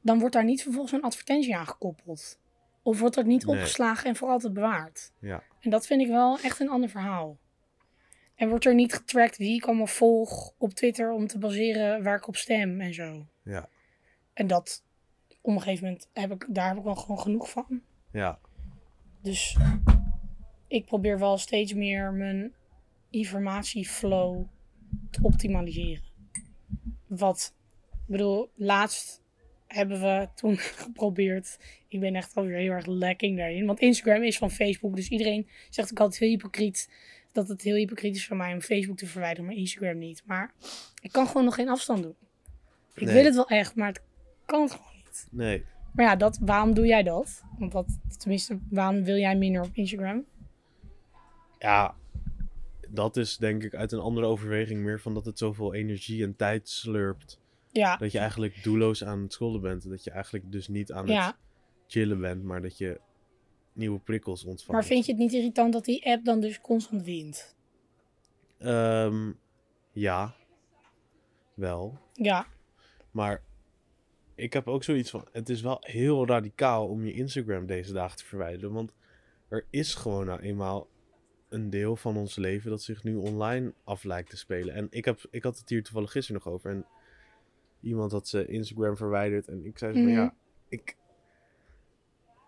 [SPEAKER 2] dan wordt daar niet vervolgens een advertentie aan gekoppeld. Of wordt dat niet
[SPEAKER 1] Nee.
[SPEAKER 2] opgeslagen en voor altijd bewaard.
[SPEAKER 1] Ja.
[SPEAKER 2] En dat vind ik wel echt een ander verhaal. En wordt er niet getrackt wie ik allemaal volg op Twitter om te baseren waar ik op stem en zo.
[SPEAKER 1] Ja.
[SPEAKER 2] En dat, op een gegeven moment, heb ik, daar heb ik wel gewoon genoeg van.
[SPEAKER 1] Ja,
[SPEAKER 2] Dus ik probeer wel steeds meer mijn informatieflow te optimaliseren. Wat, ik bedoel, laatst hebben we toen *laughs* geprobeerd. Ik ben echt alweer heel erg lacking daarin. Want Instagram is van Facebook. Dus iedereen zegt ook altijd heel hypocriet. Dat het heel hypocriet is van mij om Facebook te verwijderen, maar Instagram niet. Maar ik kan gewoon nog geen afstand doen. Ik
[SPEAKER 1] Nee.
[SPEAKER 2] wil het wel echt, maar het kan het gewoon niet.
[SPEAKER 1] nee.
[SPEAKER 2] Maar ja, dat, waarom doe jij dat? Want dat, tenminste, waarom wil jij minder op Instagram?
[SPEAKER 1] Ja, dat is denk ik uit een andere overweging meer van dat het zoveel energie en tijd slurpt.
[SPEAKER 2] Ja,
[SPEAKER 1] Dat je eigenlijk doelloos aan het scrollen bent. en Dat je eigenlijk dus niet aan het
[SPEAKER 2] ja.
[SPEAKER 1] chillen bent, maar dat je nieuwe prikkels ontvangt.
[SPEAKER 2] maar vind je het niet irritant dat die app dan dus constant wint?
[SPEAKER 1] Ehm, ja, wel.
[SPEAKER 2] Ja,
[SPEAKER 1] Maar ik heb ook zoiets van: het is wel heel radicaal om je Instagram deze dagen te verwijderen. Want er is gewoon nou eenmaal een deel van ons leven dat zich nu online af lijkt te spelen. En ik, heb, ik had het hier toevallig gisteren nog over. En iemand had zijn Instagram verwijderd. En ik zei zo van
[SPEAKER 2] Mhm.
[SPEAKER 1] ja, ik.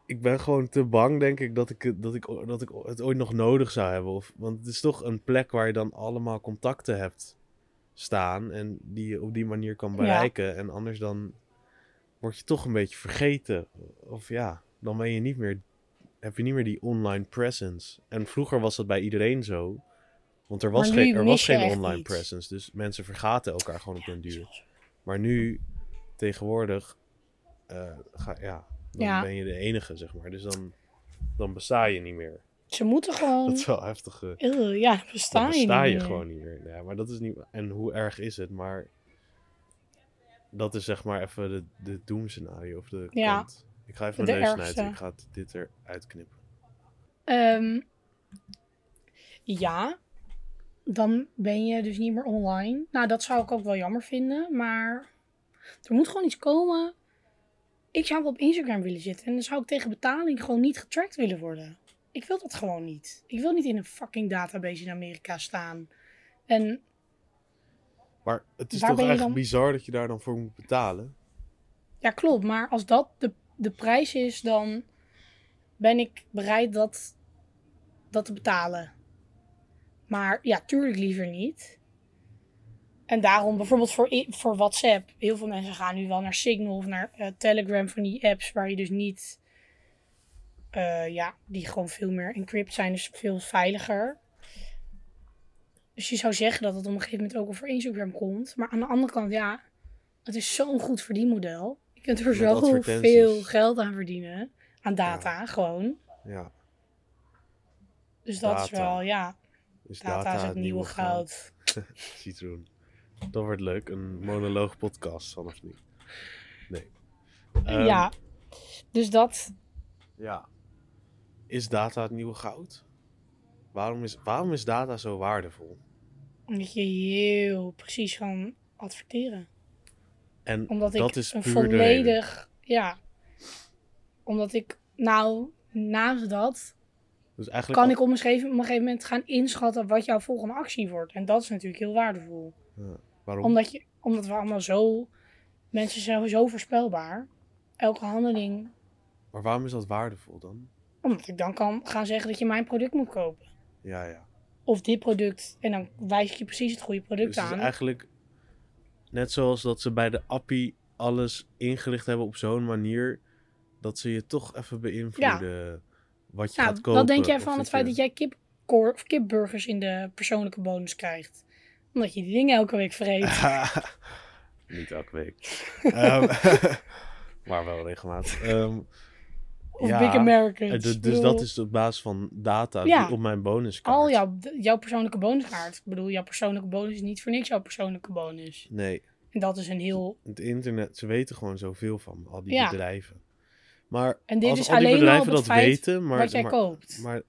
[SPEAKER 1] Ik ben gewoon te bang, denk ik, dat ik, het- dat, ik, o- dat ik o- het ooit nog nodig zou hebben. Of, want het is toch een plek waar je dan allemaal contacten hebt staan. En die je op die manier kan bereiken. En anders dan word je toch een beetje vergeten. Of ja, dan ben je niet meer, heb je niet meer die online presence. En vroeger was dat bij iedereen zo. Want er was
[SPEAKER 2] Maar
[SPEAKER 1] geen,
[SPEAKER 2] nu
[SPEAKER 1] er was
[SPEAKER 2] mis je
[SPEAKER 1] geen
[SPEAKER 2] echt
[SPEAKER 1] online
[SPEAKER 2] iets. dus
[SPEAKER 1] presence. Dus mensen vergaten elkaar gewoon op den
[SPEAKER 2] dat is
[SPEAKER 1] duur.
[SPEAKER 2] wel zo.
[SPEAKER 1] Maar nu, tegenwoordig, eh, ga, ja, dan
[SPEAKER 2] Ja.
[SPEAKER 1] ben je de enige, zeg maar. Dus dan, dan besta je niet meer.
[SPEAKER 2] ze moeten
[SPEAKER 1] Dat
[SPEAKER 2] gewoon...
[SPEAKER 1] is wel heftig. eh.
[SPEAKER 2] Eeuw, ja, dan besta
[SPEAKER 1] Dan
[SPEAKER 2] je
[SPEAKER 1] besta
[SPEAKER 2] niet
[SPEAKER 1] je
[SPEAKER 2] meer.
[SPEAKER 1] gewoon niet meer. Ja, maar dat is niet. En hoe erg is het? Maar dat is zeg maar even de, de doemscenario of de
[SPEAKER 2] Ja.
[SPEAKER 1] kant. Ik ga even mijn
[SPEAKER 2] De
[SPEAKER 1] neus
[SPEAKER 2] ergste.
[SPEAKER 1] snijden. Ik ga het- dit eruit knippen.
[SPEAKER 2] Ehm, ja, dan ben je dus niet meer online. Nou, dat zou ik ook wel jammer vinden, maar er moet gewoon iets komen. Ik zou wel op Instagram willen zitten en dan zou ik tegen betaling gewoon niet getrackt willen worden. ik wil dat gewoon niet. Ik wil niet in een fucking database in Amerika staan. En
[SPEAKER 1] Maar het is
[SPEAKER 2] Waar
[SPEAKER 1] toch
[SPEAKER 2] ben je
[SPEAKER 1] echt
[SPEAKER 2] dan-
[SPEAKER 1] bizar dat je daar dan voor moet betalen?
[SPEAKER 2] ja, klopt. Maar als dat de, de prijs is, dan ben ik bereid dat, dat te betalen. Maar ja, tuurlijk liever niet. En daarom bijvoorbeeld voor, i- voor WhatsApp. Heel veel mensen gaan nu wel naar Signal of naar eh, Telegram van die apps waar je dus niet. eh, ja, die gewoon veel meer encrypt zijn, dus veel veiliger. Dus je zou zeggen dat het op een gegeven moment ook al voor Instagram komt. Maar aan de andere kant, ja, het is zo'n goed verdienmodel. Je kunt er
[SPEAKER 1] Met
[SPEAKER 2] zo
[SPEAKER 1] advertenties.
[SPEAKER 2] veel geld aan verdienen. Aan data, gewoon.
[SPEAKER 1] Ja,
[SPEAKER 2] Dus dat is
[SPEAKER 1] Data.
[SPEAKER 2] wel, ja.
[SPEAKER 1] dus
[SPEAKER 2] Data, is het nieuwe goud.
[SPEAKER 1] Citroen. Dat wordt leuk, een monoloog podcast vanaf nu. Nee. Ehm,
[SPEAKER 2] ja. Dus dat,
[SPEAKER 1] ja. Is data het nieuwe goud? Waarom is, waarom is data zo waardevol?
[SPEAKER 2] omdat je heel precies kan adverteren.
[SPEAKER 1] En
[SPEAKER 2] Omdat
[SPEAKER 1] dat
[SPEAKER 2] ik
[SPEAKER 1] is
[SPEAKER 2] een
[SPEAKER 1] puur de reden.
[SPEAKER 2] volledig, ja. Omdat ik, nou, naast dat
[SPEAKER 1] Dus eigenlijk
[SPEAKER 2] kan ik op een gegeven, op een gegeven moment gaan inschatten wat jouw volgende actie wordt. En dat is natuurlijk heel waardevol.
[SPEAKER 1] Waarom?
[SPEAKER 2] Omdat, je, omdat we allemaal zo, mensen zijn zo voorspelbaar. Elke handeling,
[SPEAKER 1] Maar waarom is dat waardevol dan?
[SPEAKER 2] omdat ik dan kan gaan zeggen dat je mijn product moet kopen.
[SPEAKER 1] Ja, ja.
[SPEAKER 2] Of dit product. En dan wijs ik je precies het goede product
[SPEAKER 1] Dus het
[SPEAKER 2] aan.
[SPEAKER 1] is eigenlijk net zoals dat ze bij de appie alles ingericht hebben op zo'n manier dat ze je toch even beïnvloeden wat je
[SPEAKER 2] Nou,
[SPEAKER 1] gaat kopen.
[SPEAKER 2] wat denk jij
[SPEAKER 1] of
[SPEAKER 2] van het feit
[SPEAKER 1] je-
[SPEAKER 2] dat jij kipcor- of kipburgers in de persoonlijke bonus krijgt? Omdat je die dingen elke week
[SPEAKER 1] *laughs*
[SPEAKER 2] vreet.
[SPEAKER 1] Niet elke week. Ehm, *laughs* maar wel regelmatig. Ehm,
[SPEAKER 2] Of
[SPEAKER 1] ja,
[SPEAKER 2] Big Americans.
[SPEAKER 1] eh, d- dus
[SPEAKER 2] Ik bedoel,
[SPEAKER 1] dat is op basis van data
[SPEAKER 2] Ja.
[SPEAKER 1] die op mijn bonus kan.
[SPEAKER 2] Al jouw, jouw persoonlijke bonuskaart. Ik bedoel, jouw persoonlijke bonus is niet voor niks jouw persoonlijke bonus.
[SPEAKER 1] Nee,
[SPEAKER 2] En dat is een heel...
[SPEAKER 1] het internet, ze weten gewoon zoveel van me, al die
[SPEAKER 2] Ja.
[SPEAKER 1] bedrijven. Maar
[SPEAKER 2] En dit
[SPEAKER 1] als
[SPEAKER 2] is
[SPEAKER 1] al die
[SPEAKER 2] alleen al
[SPEAKER 1] bedrijven
[SPEAKER 2] op het
[SPEAKER 1] dat
[SPEAKER 2] feit
[SPEAKER 1] weten, maar,
[SPEAKER 2] wat jij
[SPEAKER 1] maar,
[SPEAKER 2] koopt.
[SPEAKER 1] maar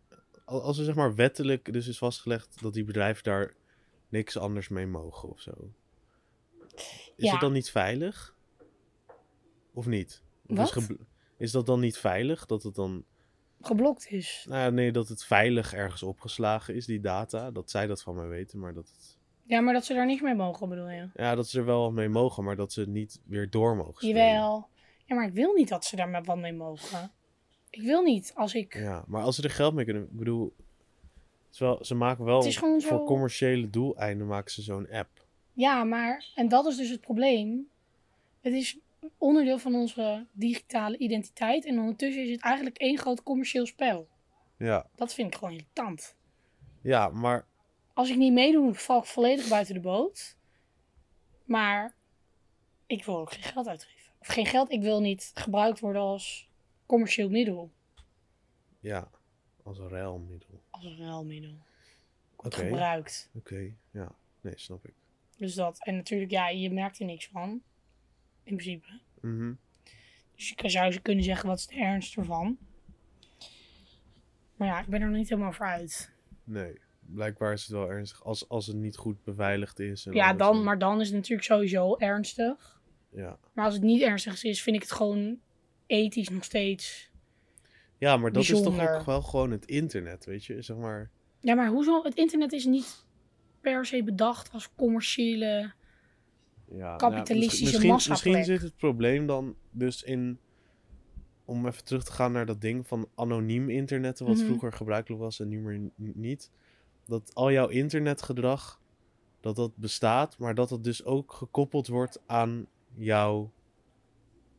[SPEAKER 1] al- als er zeg maar wettelijk dus is vastgelegd dat die bedrijven daar niks anders mee mogen of zo. Is
[SPEAKER 2] Ja.
[SPEAKER 1] het dan niet veilig? Of niet? Of Is,
[SPEAKER 2] Wat?
[SPEAKER 1] gebl- is dat dan niet veilig? Dat het dan.
[SPEAKER 2] Geblokt is.
[SPEAKER 1] Nou ja, nee, dat het veilig ergens opgeslagen is, die data. Dat zij dat van mij weten, maar dat het.
[SPEAKER 2] Ja, maar dat ze daar niks mee mogen, bedoel je?
[SPEAKER 1] Ja, dat ze er wel mee mogen, maar dat ze het niet weer door mogen. spelen.
[SPEAKER 2] Jawel. Ja, maar ik wil niet dat ze daar maar wat mee mogen. Ik wil niet als ik...
[SPEAKER 1] Ja, maar als ze er geld mee kunnen. Ik bedoel. het is wel- ze maken wel.
[SPEAKER 2] Het is gewoon
[SPEAKER 1] Voor
[SPEAKER 2] zo-
[SPEAKER 1] commerciële doeleinden maken ze zo'n app.
[SPEAKER 2] Ja, maar, en dat is dus het probleem. Het is onderdeel van onze digitale identiteit. En ondertussen is het eigenlijk één groot commercieel spel.
[SPEAKER 1] Ja.
[SPEAKER 2] Dat vind ik gewoon irritant.
[SPEAKER 1] Ja, maar
[SPEAKER 2] Als ik niet meedoe, val ik volledig buiten de boot. Maar ik wil ook geen geld uitgeven. Of geen geld, ik wil niet gebruikt worden als commercieel middel.
[SPEAKER 1] ja, als een ruilmiddel.
[SPEAKER 2] Als een ruilmiddel. Wordt
[SPEAKER 1] Oké.
[SPEAKER 2] gebruikt.
[SPEAKER 1] Oké, ja. Nee, snap ik.
[SPEAKER 2] Dus dat. En natuurlijk, ja, je merkt er niks van. In principe.
[SPEAKER 1] Mhm.
[SPEAKER 2] Dus ik zou ze kunnen zeggen, wat is de ernst ervan? Maar ja, ik ben er nog niet helemaal voor uit.
[SPEAKER 1] Nee, blijkbaar is het wel ernstig. Als, als het niet goed beveiligd is. En
[SPEAKER 2] Ja,
[SPEAKER 1] alles,
[SPEAKER 2] dan, maar dan is het natuurlijk sowieso ernstig.
[SPEAKER 1] Ja.
[SPEAKER 2] Maar als het niet ernstig is, vind ik het gewoon ethisch nog steeds.
[SPEAKER 1] ja, maar dat is toch
[SPEAKER 2] Bijzonder.
[SPEAKER 1] ook wel gewoon het internet, weet je? Zeg maar,
[SPEAKER 2] Ja, maar hoezo? Het internet is niet per se bedacht als commerciële...
[SPEAKER 1] ja,
[SPEAKER 2] Kapitalistische
[SPEAKER 1] nou, misschien, misschien,
[SPEAKER 2] massaplek.
[SPEAKER 1] misschien zit het probleem dan dus in... Om even terug te gaan naar dat ding van anoniem internetten... wat
[SPEAKER 2] Mhm.
[SPEAKER 1] vroeger gebruikelijk was en nu meer n- niet. Dat al jouw internetgedrag, dat dat bestaat... maar dat dat dus ook gekoppeld wordt aan jouw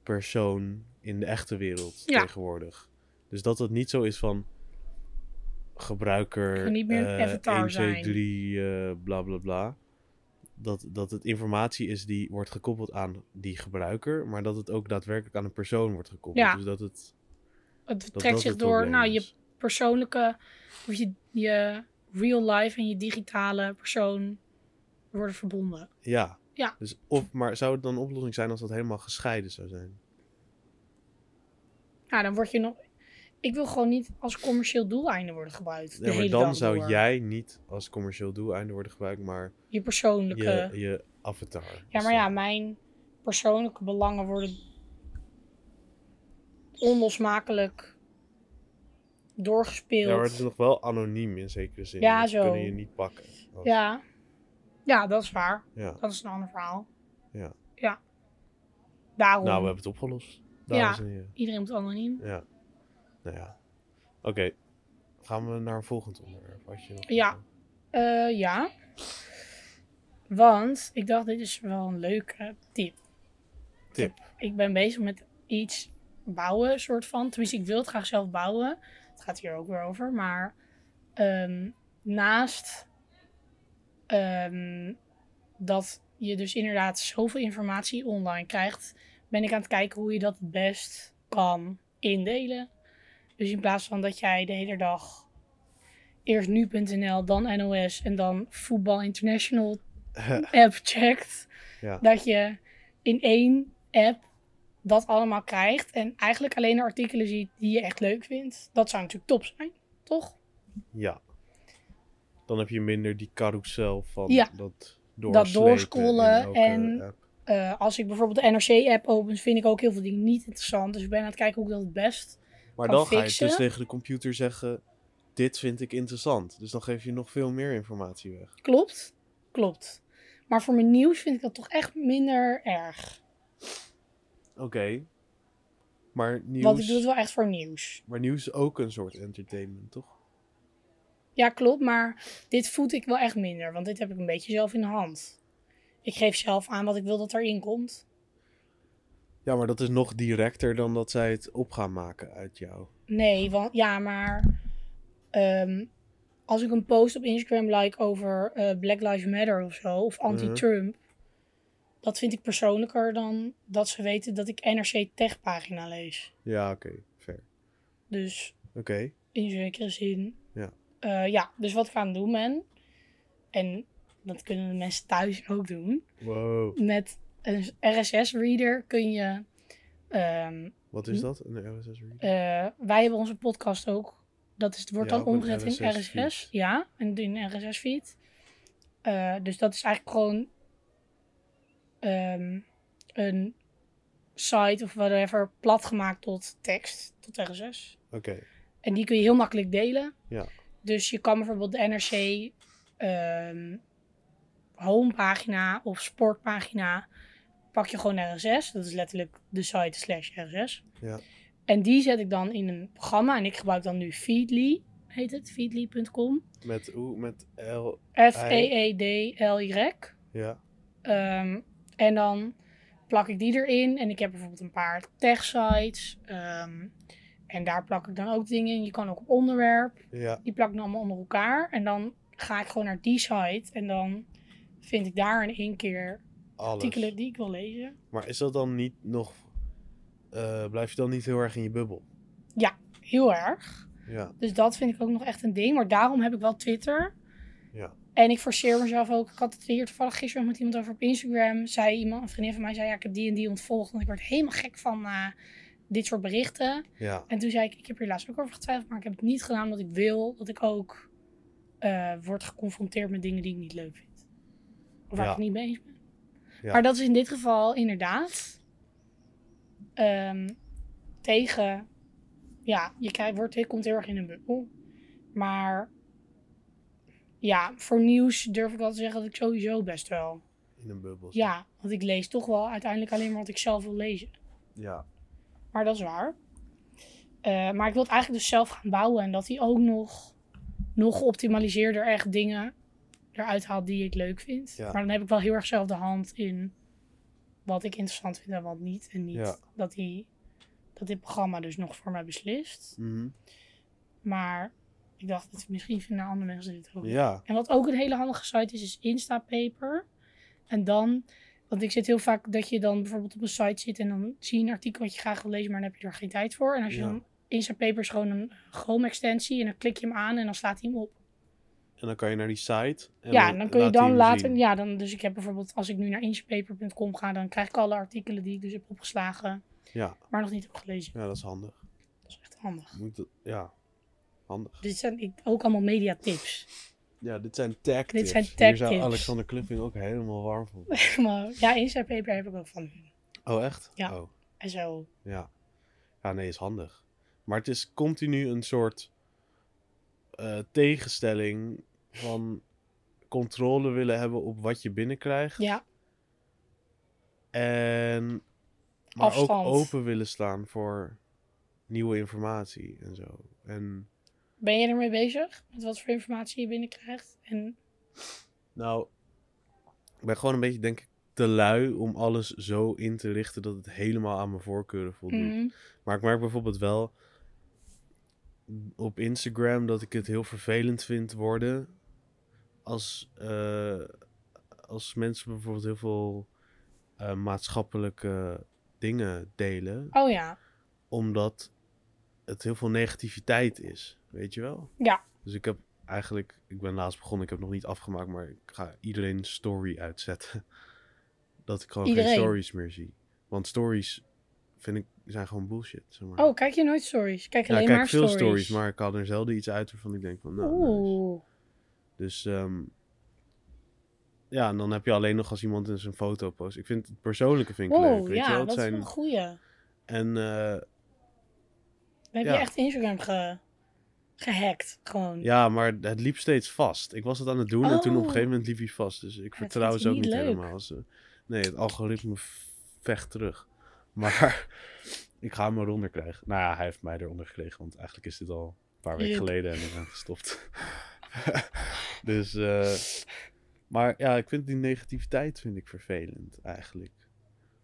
[SPEAKER 1] persoon... in de echte wereld
[SPEAKER 2] Ja.
[SPEAKER 1] tegenwoordig. Dus dat het niet zo is van... gebruiker
[SPEAKER 2] Gewoon niet meer een
[SPEAKER 1] eh,
[SPEAKER 2] avatar
[SPEAKER 1] 1, 2,
[SPEAKER 2] zijn.
[SPEAKER 1] 3, eh, bla bla bla. Dat, dat het informatie is die wordt gekoppeld aan die gebruiker, maar dat het ook daadwerkelijk aan een persoon wordt gekoppeld.
[SPEAKER 2] Ja.
[SPEAKER 1] Dus dat het
[SPEAKER 2] Het
[SPEAKER 1] dat
[SPEAKER 2] trekt
[SPEAKER 1] dat
[SPEAKER 2] zich
[SPEAKER 1] het
[SPEAKER 2] door,
[SPEAKER 1] probleem dus.
[SPEAKER 2] nou, je
[SPEAKER 1] is.
[SPEAKER 2] persoonlijke... Of je, je real life en je digitale persoon worden verbonden.
[SPEAKER 1] Ja.
[SPEAKER 2] Ja.
[SPEAKER 1] Dus of, maar zou het dan een oplossing zijn als dat helemaal gescheiden zou zijn?
[SPEAKER 2] Ja, Nou, dan word je nog. Ik wil gewoon niet als commercieel doeleinde worden gebruikt. De
[SPEAKER 1] Ja, maar
[SPEAKER 2] hele
[SPEAKER 1] dan
[SPEAKER 2] dag
[SPEAKER 1] zou
[SPEAKER 2] door.
[SPEAKER 1] jij niet als commercieel doeleinde worden gebruikt, maar
[SPEAKER 2] Je persoonlijke.
[SPEAKER 1] je, je avatar. Dus
[SPEAKER 2] ja, maar ja, mijn persoonlijke belangen worden onlosmakelijk doorgespeeld.
[SPEAKER 1] Ja, maar het is nog wel anoniem in zekere zin.
[SPEAKER 2] Ja,
[SPEAKER 1] dus ze
[SPEAKER 2] zo.
[SPEAKER 1] kunnen je niet pakken. Als-
[SPEAKER 2] ja. ja, dat is waar.
[SPEAKER 1] ja.
[SPEAKER 2] Dat is een ander verhaal.
[SPEAKER 1] Ja.
[SPEAKER 2] Ja. Daarom.
[SPEAKER 1] Nou, we hebben het opgelost. Dames
[SPEAKER 2] Ja.
[SPEAKER 1] en heren.
[SPEAKER 2] Iedereen moet anoniem.
[SPEAKER 1] Ja. Nou ja. Oké. Gaan we naar een volgend onderwerp? Had je nog
[SPEAKER 2] Ja.
[SPEAKER 1] *laughs*
[SPEAKER 2] Eh, ja. Want ik dacht, dit is wel een leuke tip.
[SPEAKER 1] Tip.
[SPEAKER 2] Ik ben bezig met iets bouwen, soort van. Tenminste, ik wil het graag zelf bouwen. Het gaat hier ook weer over. Maar ehm, naast ehm, dat je dus inderdaad zoveel informatie online krijgt, ben ik aan het kijken hoe je dat het best kan indelen. Dus in plaats van dat jij de hele dag eerst nu.nl, dan NOS en dan Voetbal International app checkt,
[SPEAKER 1] Ja.
[SPEAKER 2] dat je in één app dat allemaal krijgt en eigenlijk alleen de artikelen ziet die je echt leuk vindt. Dat zou natuurlijk top zijn, toch?
[SPEAKER 1] Ja. Dan heb je minder die carousel van
[SPEAKER 2] Ja.
[SPEAKER 1] dat doorslepen
[SPEAKER 2] doorscrollen
[SPEAKER 1] in elke
[SPEAKER 2] en-
[SPEAKER 1] app.
[SPEAKER 2] Eh, als ik bijvoorbeeld de NRC-app open, vind ik ook heel veel dingen niet interessant. Dus ik ben aan het kijken hoe ik dat het best.
[SPEAKER 1] Maar
[SPEAKER 2] kan
[SPEAKER 1] dan ga je
[SPEAKER 2] fixen.
[SPEAKER 1] dus tegen de computer zeggen... Dit vind ik interessant. Dus dan geef je nog veel meer informatie weg.
[SPEAKER 2] Klopt, klopt. Maar voor mijn nieuws vind ik dat toch echt minder erg.
[SPEAKER 1] Oké. Maar nieuws...
[SPEAKER 2] Want ik doe het wel echt voor nieuws.
[SPEAKER 1] Maar nieuws is ook een soort entertainment, toch?
[SPEAKER 2] Ja, klopt, maar dit voed ik wel echt minder. Want dit heb ik een beetje zelf in de hand. Ik geef zelf aan wat ik wil dat erin komt.
[SPEAKER 1] Ja, maar dat is nog directer dan dat zij het op gaan maken uit jou.
[SPEAKER 2] Nee, want ja, maar ehm, als ik een post op Instagram like over eh, Black Lives Matter of zo, of anti-Trump, dat vind ik persoonlijker dan dat ze weten dat ik NRC Tech pagina lees.
[SPEAKER 1] Ja, oké. Fair.
[SPEAKER 2] Dus
[SPEAKER 1] Oké.
[SPEAKER 2] in zekere zin.
[SPEAKER 1] Ja.
[SPEAKER 2] Eh, ja, dus wat ik aan het doen ben, en dat kunnen de mensen thuis ook doen,
[SPEAKER 1] Wow.
[SPEAKER 2] met een RSS-reader kun je ehm,
[SPEAKER 1] Wat is dat? Een RSS reader?
[SPEAKER 2] Eh, wij hebben onze podcast ook. Dat is, wordt
[SPEAKER 1] Ja,
[SPEAKER 2] dan
[SPEAKER 1] ook een
[SPEAKER 2] omgezet in RSS.
[SPEAKER 1] RSS feed.
[SPEAKER 2] Ja, in, in RSS-feed. dus dat is eigenlijk gewoon ehm, een site of whatever platgemaakt tot tekst, tot RSS.
[SPEAKER 1] Oké.
[SPEAKER 2] En die kun je heel makkelijk delen.
[SPEAKER 1] Ja.
[SPEAKER 2] Dus je kan bijvoorbeeld de NRC ehm, homepagina of sportpagina pak je gewoon RSS. Dat is letterlijk de site slash RSS.
[SPEAKER 1] Ja.
[SPEAKER 2] En die zet ik dan in een programma. En ik gebruik dan nu Feedly, heet het, feedly.com.
[SPEAKER 1] Met oe, met L.
[SPEAKER 2] E F-E-E-D-L-Y.
[SPEAKER 1] Ja.
[SPEAKER 2] Ehm, en dan plak ik die erin. En ik heb bijvoorbeeld een paar tech sites. ehm, en daar plak ik dan ook dingen in. Je kan ook op onderwerp.
[SPEAKER 1] Ja.
[SPEAKER 2] Die plak ik dan allemaal onder elkaar. En dan ga ik gewoon naar die site. En dan vind ik daar in één keer artikelen
[SPEAKER 1] Alles.
[SPEAKER 2] die ik wil lezen.
[SPEAKER 1] Maar is dat dan niet nog... eh, blijf je dan niet heel erg in je bubbel?
[SPEAKER 2] Heel erg.
[SPEAKER 1] Ja.
[SPEAKER 2] Dus dat vind ik ook nog echt een ding. Maar daarom heb ik wel Twitter.
[SPEAKER 1] Ja.
[SPEAKER 2] En ik forceer mezelf ook. Ik had het hier toevallig gisteren nog met iemand over op Instagram. Zei iemand, een vriendin van mij zei, ja, ik heb die en die ontvolgd. Want ik word helemaal gek van eh, dit soort berichten.
[SPEAKER 1] Ja.
[SPEAKER 2] En toen zei ik, ik heb hier laatst ook over getwijfeld. Maar ik heb het niet gedaan omdat ik wil dat ik ook eh, word geconfronteerd met dingen die ik niet leuk vind. Of waar
[SPEAKER 1] Ja.
[SPEAKER 2] ik het niet mee eens ben.
[SPEAKER 1] Ja.
[SPEAKER 2] Maar dat is in dit geval inderdaad ehm, tegen... Ja, je krijgt, wordt, je komt heel erg in een bubbel. Maar ja, voor nieuws durf ik wel te zeggen dat ik sowieso best wel...
[SPEAKER 1] In een bubbel. zit.
[SPEAKER 2] Ja, want ik lees toch wel uiteindelijk alleen maar wat ik zelf wil lezen.
[SPEAKER 1] Ja.
[SPEAKER 2] Maar dat is waar. Eh, maar ik wil het eigenlijk dus zelf gaan bouwen. En dat hij ook nog, nog geoptimaliseerder echt dingen eruit haalt die ik leuk vind.
[SPEAKER 1] Ja.
[SPEAKER 2] Maar dan heb ik wel heel erg zelf de hand in wat ik interessant vind en wat niet. En niet
[SPEAKER 1] Ja.
[SPEAKER 2] dat, hij dat dit programma dus nog voor mij beslist.
[SPEAKER 1] Mhm.
[SPEAKER 2] Maar ik dacht, het, misschien vinden andere mensen dit ook
[SPEAKER 1] Ja.
[SPEAKER 2] en wat ook een hele handige site is, is Instapaper. En dan, want ik zit heel vaak dat je dan bijvoorbeeld op een site zit en dan zie je een artikel wat je graag wil lezen, maar dan heb je er geen tijd voor. En als je
[SPEAKER 1] Ja.
[SPEAKER 2] dan Instapaper is gewoon een Chrome extensie en dan klik je hem aan en dan slaat hij hem op.
[SPEAKER 1] En dan kan je naar die site. En
[SPEAKER 2] ja, en dan kun je
[SPEAKER 1] laat hij
[SPEAKER 2] dan
[SPEAKER 1] hem
[SPEAKER 2] later,
[SPEAKER 1] zien.
[SPEAKER 2] ja, dan, dus ik heb bijvoorbeeld als ik nu naar Instapaper.com ga, dan krijg ik alle artikelen die ik dus heb opgeslagen,
[SPEAKER 1] Ja.
[SPEAKER 2] maar nog niet heb gelezen.
[SPEAKER 1] Ja, dat is handig.
[SPEAKER 2] Dat is echt handig.
[SPEAKER 1] Moet dat- Ja. Handig.
[SPEAKER 2] Dit zijn ik- ook allemaal media tips.
[SPEAKER 1] Ja, dit zijn tag tips.
[SPEAKER 2] zijn
[SPEAKER 1] Hier
[SPEAKER 2] tag
[SPEAKER 1] zou
[SPEAKER 2] tips.
[SPEAKER 1] Alexander Kluffing ook helemaal warm
[SPEAKER 2] *laughs*
[SPEAKER 1] van. worden.
[SPEAKER 2] *laughs* Maar ja, Instapaper heb ik ook van hun.
[SPEAKER 1] Oh, echt?
[SPEAKER 2] Ja.
[SPEAKER 1] Oh,
[SPEAKER 2] En zo.
[SPEAKER 1] ja. Ja, nee, is handig. Maar het is continu een soort eh, tegenstelling van controle willen hebben op wat je binnenkrijgt.
[SPEAKER 2] Ja,
[SPEAKER 1] En maar
[SPEAKER 2] Afstand.
[SPEAKER 1] ook open willen staan voor nieuwe informatie en zo. En
[SPEAKER 2] ben je ermee bezig? Met wat voor informatie je binnenkrijgt? En
[SPEAKER 1] nou, ik ben gewoon een beetje denk ik te lui om alles zo in te richten dat het helemaal aan mijn voorkeuren voldoet.
[SPEAKER 2] Mhm.
[SPEAKER 1] Maar ik merk bijvoorbeeld wel op Instagram dat ik het heel vervelend vind worden als, eh, als mensen bijvoorbeeld heel veel eh, maatschappelijke dingen delen,
[SPEAKER 2] Oh ja,
[SPEAKER 1] omdat het heel veel negativiteit is, weet je wel?
[SPEAKER 2] Ja.
[SPEAKER 1] Dus ik heb eigenlijk, ik ben laatst begonnen, ik heb nog niet afgemaakt, maar ik ga iedereen een story uitzetten. *laughs* Dat ik gewoon geen
[SPEAKER 2] Iedereen?
[SPEAKER 1] stories meer zie. Want stories vind ik, zijn gewoon bullshit. Zeg maar.
[SPEAKER 2] Oh, kijk je nooit stories? Kijk
[SPEAKER 1] Ja,
[SPEAKER 2] alleen
[SPEAKER 1] ik kijk
[SPEAKER 2] maar
[SPEAKER 1] veel
[SPEAKER 2] stories.
[SPEAKER 1] stories. maar ik haal er zelden iets uit waarvan ik denk van, nou, nice.
[SPEAKER 2] Oeh.
[SPEAKER 1] Dus, ehm, ja, en dan heb je alleen nog als iemand eens een foto post. Ik vind het persoonlijke vind ik leuk,
[SPEAKER 2] Wow,
[SPEAKER 1] weet
[SPEAKER 2] ja,
[SPEAKER 1] je wel. Het
[SPEAKER 2] dat is
[SPEAKER 1] zijn,
[SPEAKER 2] wel een goeie. Dan
[SPEAKER 1] en, eh,
[SPEAKER 2] heb
[SPEAKER 1] Ja.
[SPEAKER 2] je echt Instagram ge... gehackt, gewoon.
[SPEAKER 1] ja, maar het liep steeds vast. Ik was het aan het doen en toen op een
[SPEAKER 2] Oh.
[SPEAKER 1] gegeven moment liep hij vast. Dus ik vertrouw
[SPEAKER 2] vindt
[SPEAKER 1] ze ook
[SPEAKER 2] hij
[SPEAKER 1] niet
[SPEAKER 2] niet leuk.
[SPEAKER 1] helemaal. Ze- nee, het algoritme v- vecht terug. Maar *laughs* ik ga hem eronder krijgen. Nou ja, hij heeft mij eronder gekregen, want eigenlijk is dit al een paar weken
[SPEAKER 2] Rip.
[SPEAKER 1] geleden en ik ben gestopt. *laughs* dus, eh, maar ja, ik vind die negativiteit vind ik vervelend eigenlijk.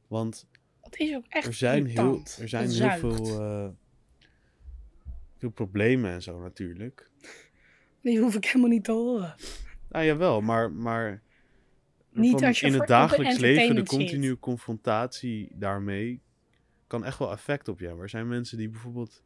[SPEAKER 1] Want
[SPEAKER 2] Dat is ook echt
[SPEAKER 1] er zijn heel,
[SPEAKER 2] irritant.
[SPEAKER 1] er zijn
[SPEAKER 2] Dat
[SPEAKER 1] heel
[SPEAKER 2] zuigt.
[SPEAKER 1] veel, eh, veel problemen en zo natuurlijk.
[SPEAKER 2] Die hoef ik helemaal niet te horen.
[SPEAKER 1] Nou jawel, maar, maar
[SPEAKER 2] Niet
[SPEAKER 1] van
[SPEAKER 2] als je
[SPEAKER 1] in
[SPEAKER 2] voor-
[SPEAKER 1] het
[SPEAKER 2] op de
[SPEAKER 1] dagelijks leven de
[SPEAKER 2] entertainment zit.
[SPEAKER 1] continue confrontatie daarmee kan echt wel effect op je hebben. Er zijn mensen die bijvoorbeeld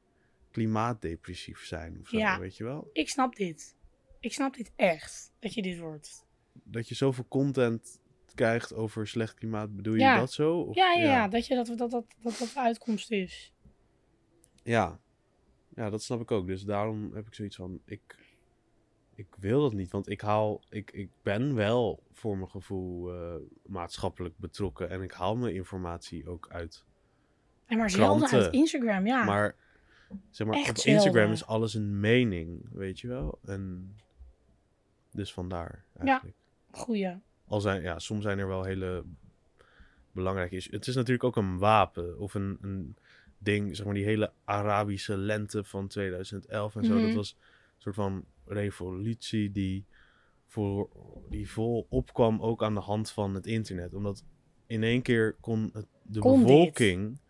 [SPEAKER 1] klimaatdepressief zijn of zo,
[SPEAKER 2] Ja.
[SPEAKER 1] weet je wel?
[SPEAKER 2] Ik snap dit. Ik snap dit echt, dat je dit wordt.
[SPEAKER 1] Dat je zoveel content krijgt over slecht klimaat, bedoel je
[SPEAKER 2] Ja.
[SPEAKER 1] dat zo? Of-
[SPEAKER 2] Ja, ja, ja, dat je dat, dat, dat, dat, dat de uitkomst is.
[SPEAKER 1] Ja. Ja, dat snap ik ook. Dus daarom heb ik zoiets van, ik, ik wil dat niet. Want ik haal, ik, ik ben wel voor mijn gevoel eh, maatschappelijk betrokken. En ik haal mijn informatie ook uit.
[SPEAKER 2] En maar zelden
[SPEAKER 1] Kranten.
[SPEAKER 2] uit Instagram, ja.
[SPEAKER 1] Maar, zeg maar,
[SPEAKER 2] echt
[SPEAKER 1] op Instagram
[SPEAKER 2] zelden.
[SPEAKER 1] is alles een mening, weet je wel. En dus vandaar eigenlijk.
[SPEAKER 2] Goeie.
[SPEAKER 1] Al zijn, ja, soms zijn er wel hele belangrijke issues. Het is natuurlijk ook een wapen of een, een ding, zeg maar die hele Arabische lente van 2011 en zo.
[SPEAKER 2] Mhm.
[SPEAKER 1] Dat was een soort van revolutie die, voor, die vol opkwam ook aan de hand van het internet. Omdat in één keer kon het, de
[SPEAKER 2] Kon dit.
[SPEAKER 1] bevolking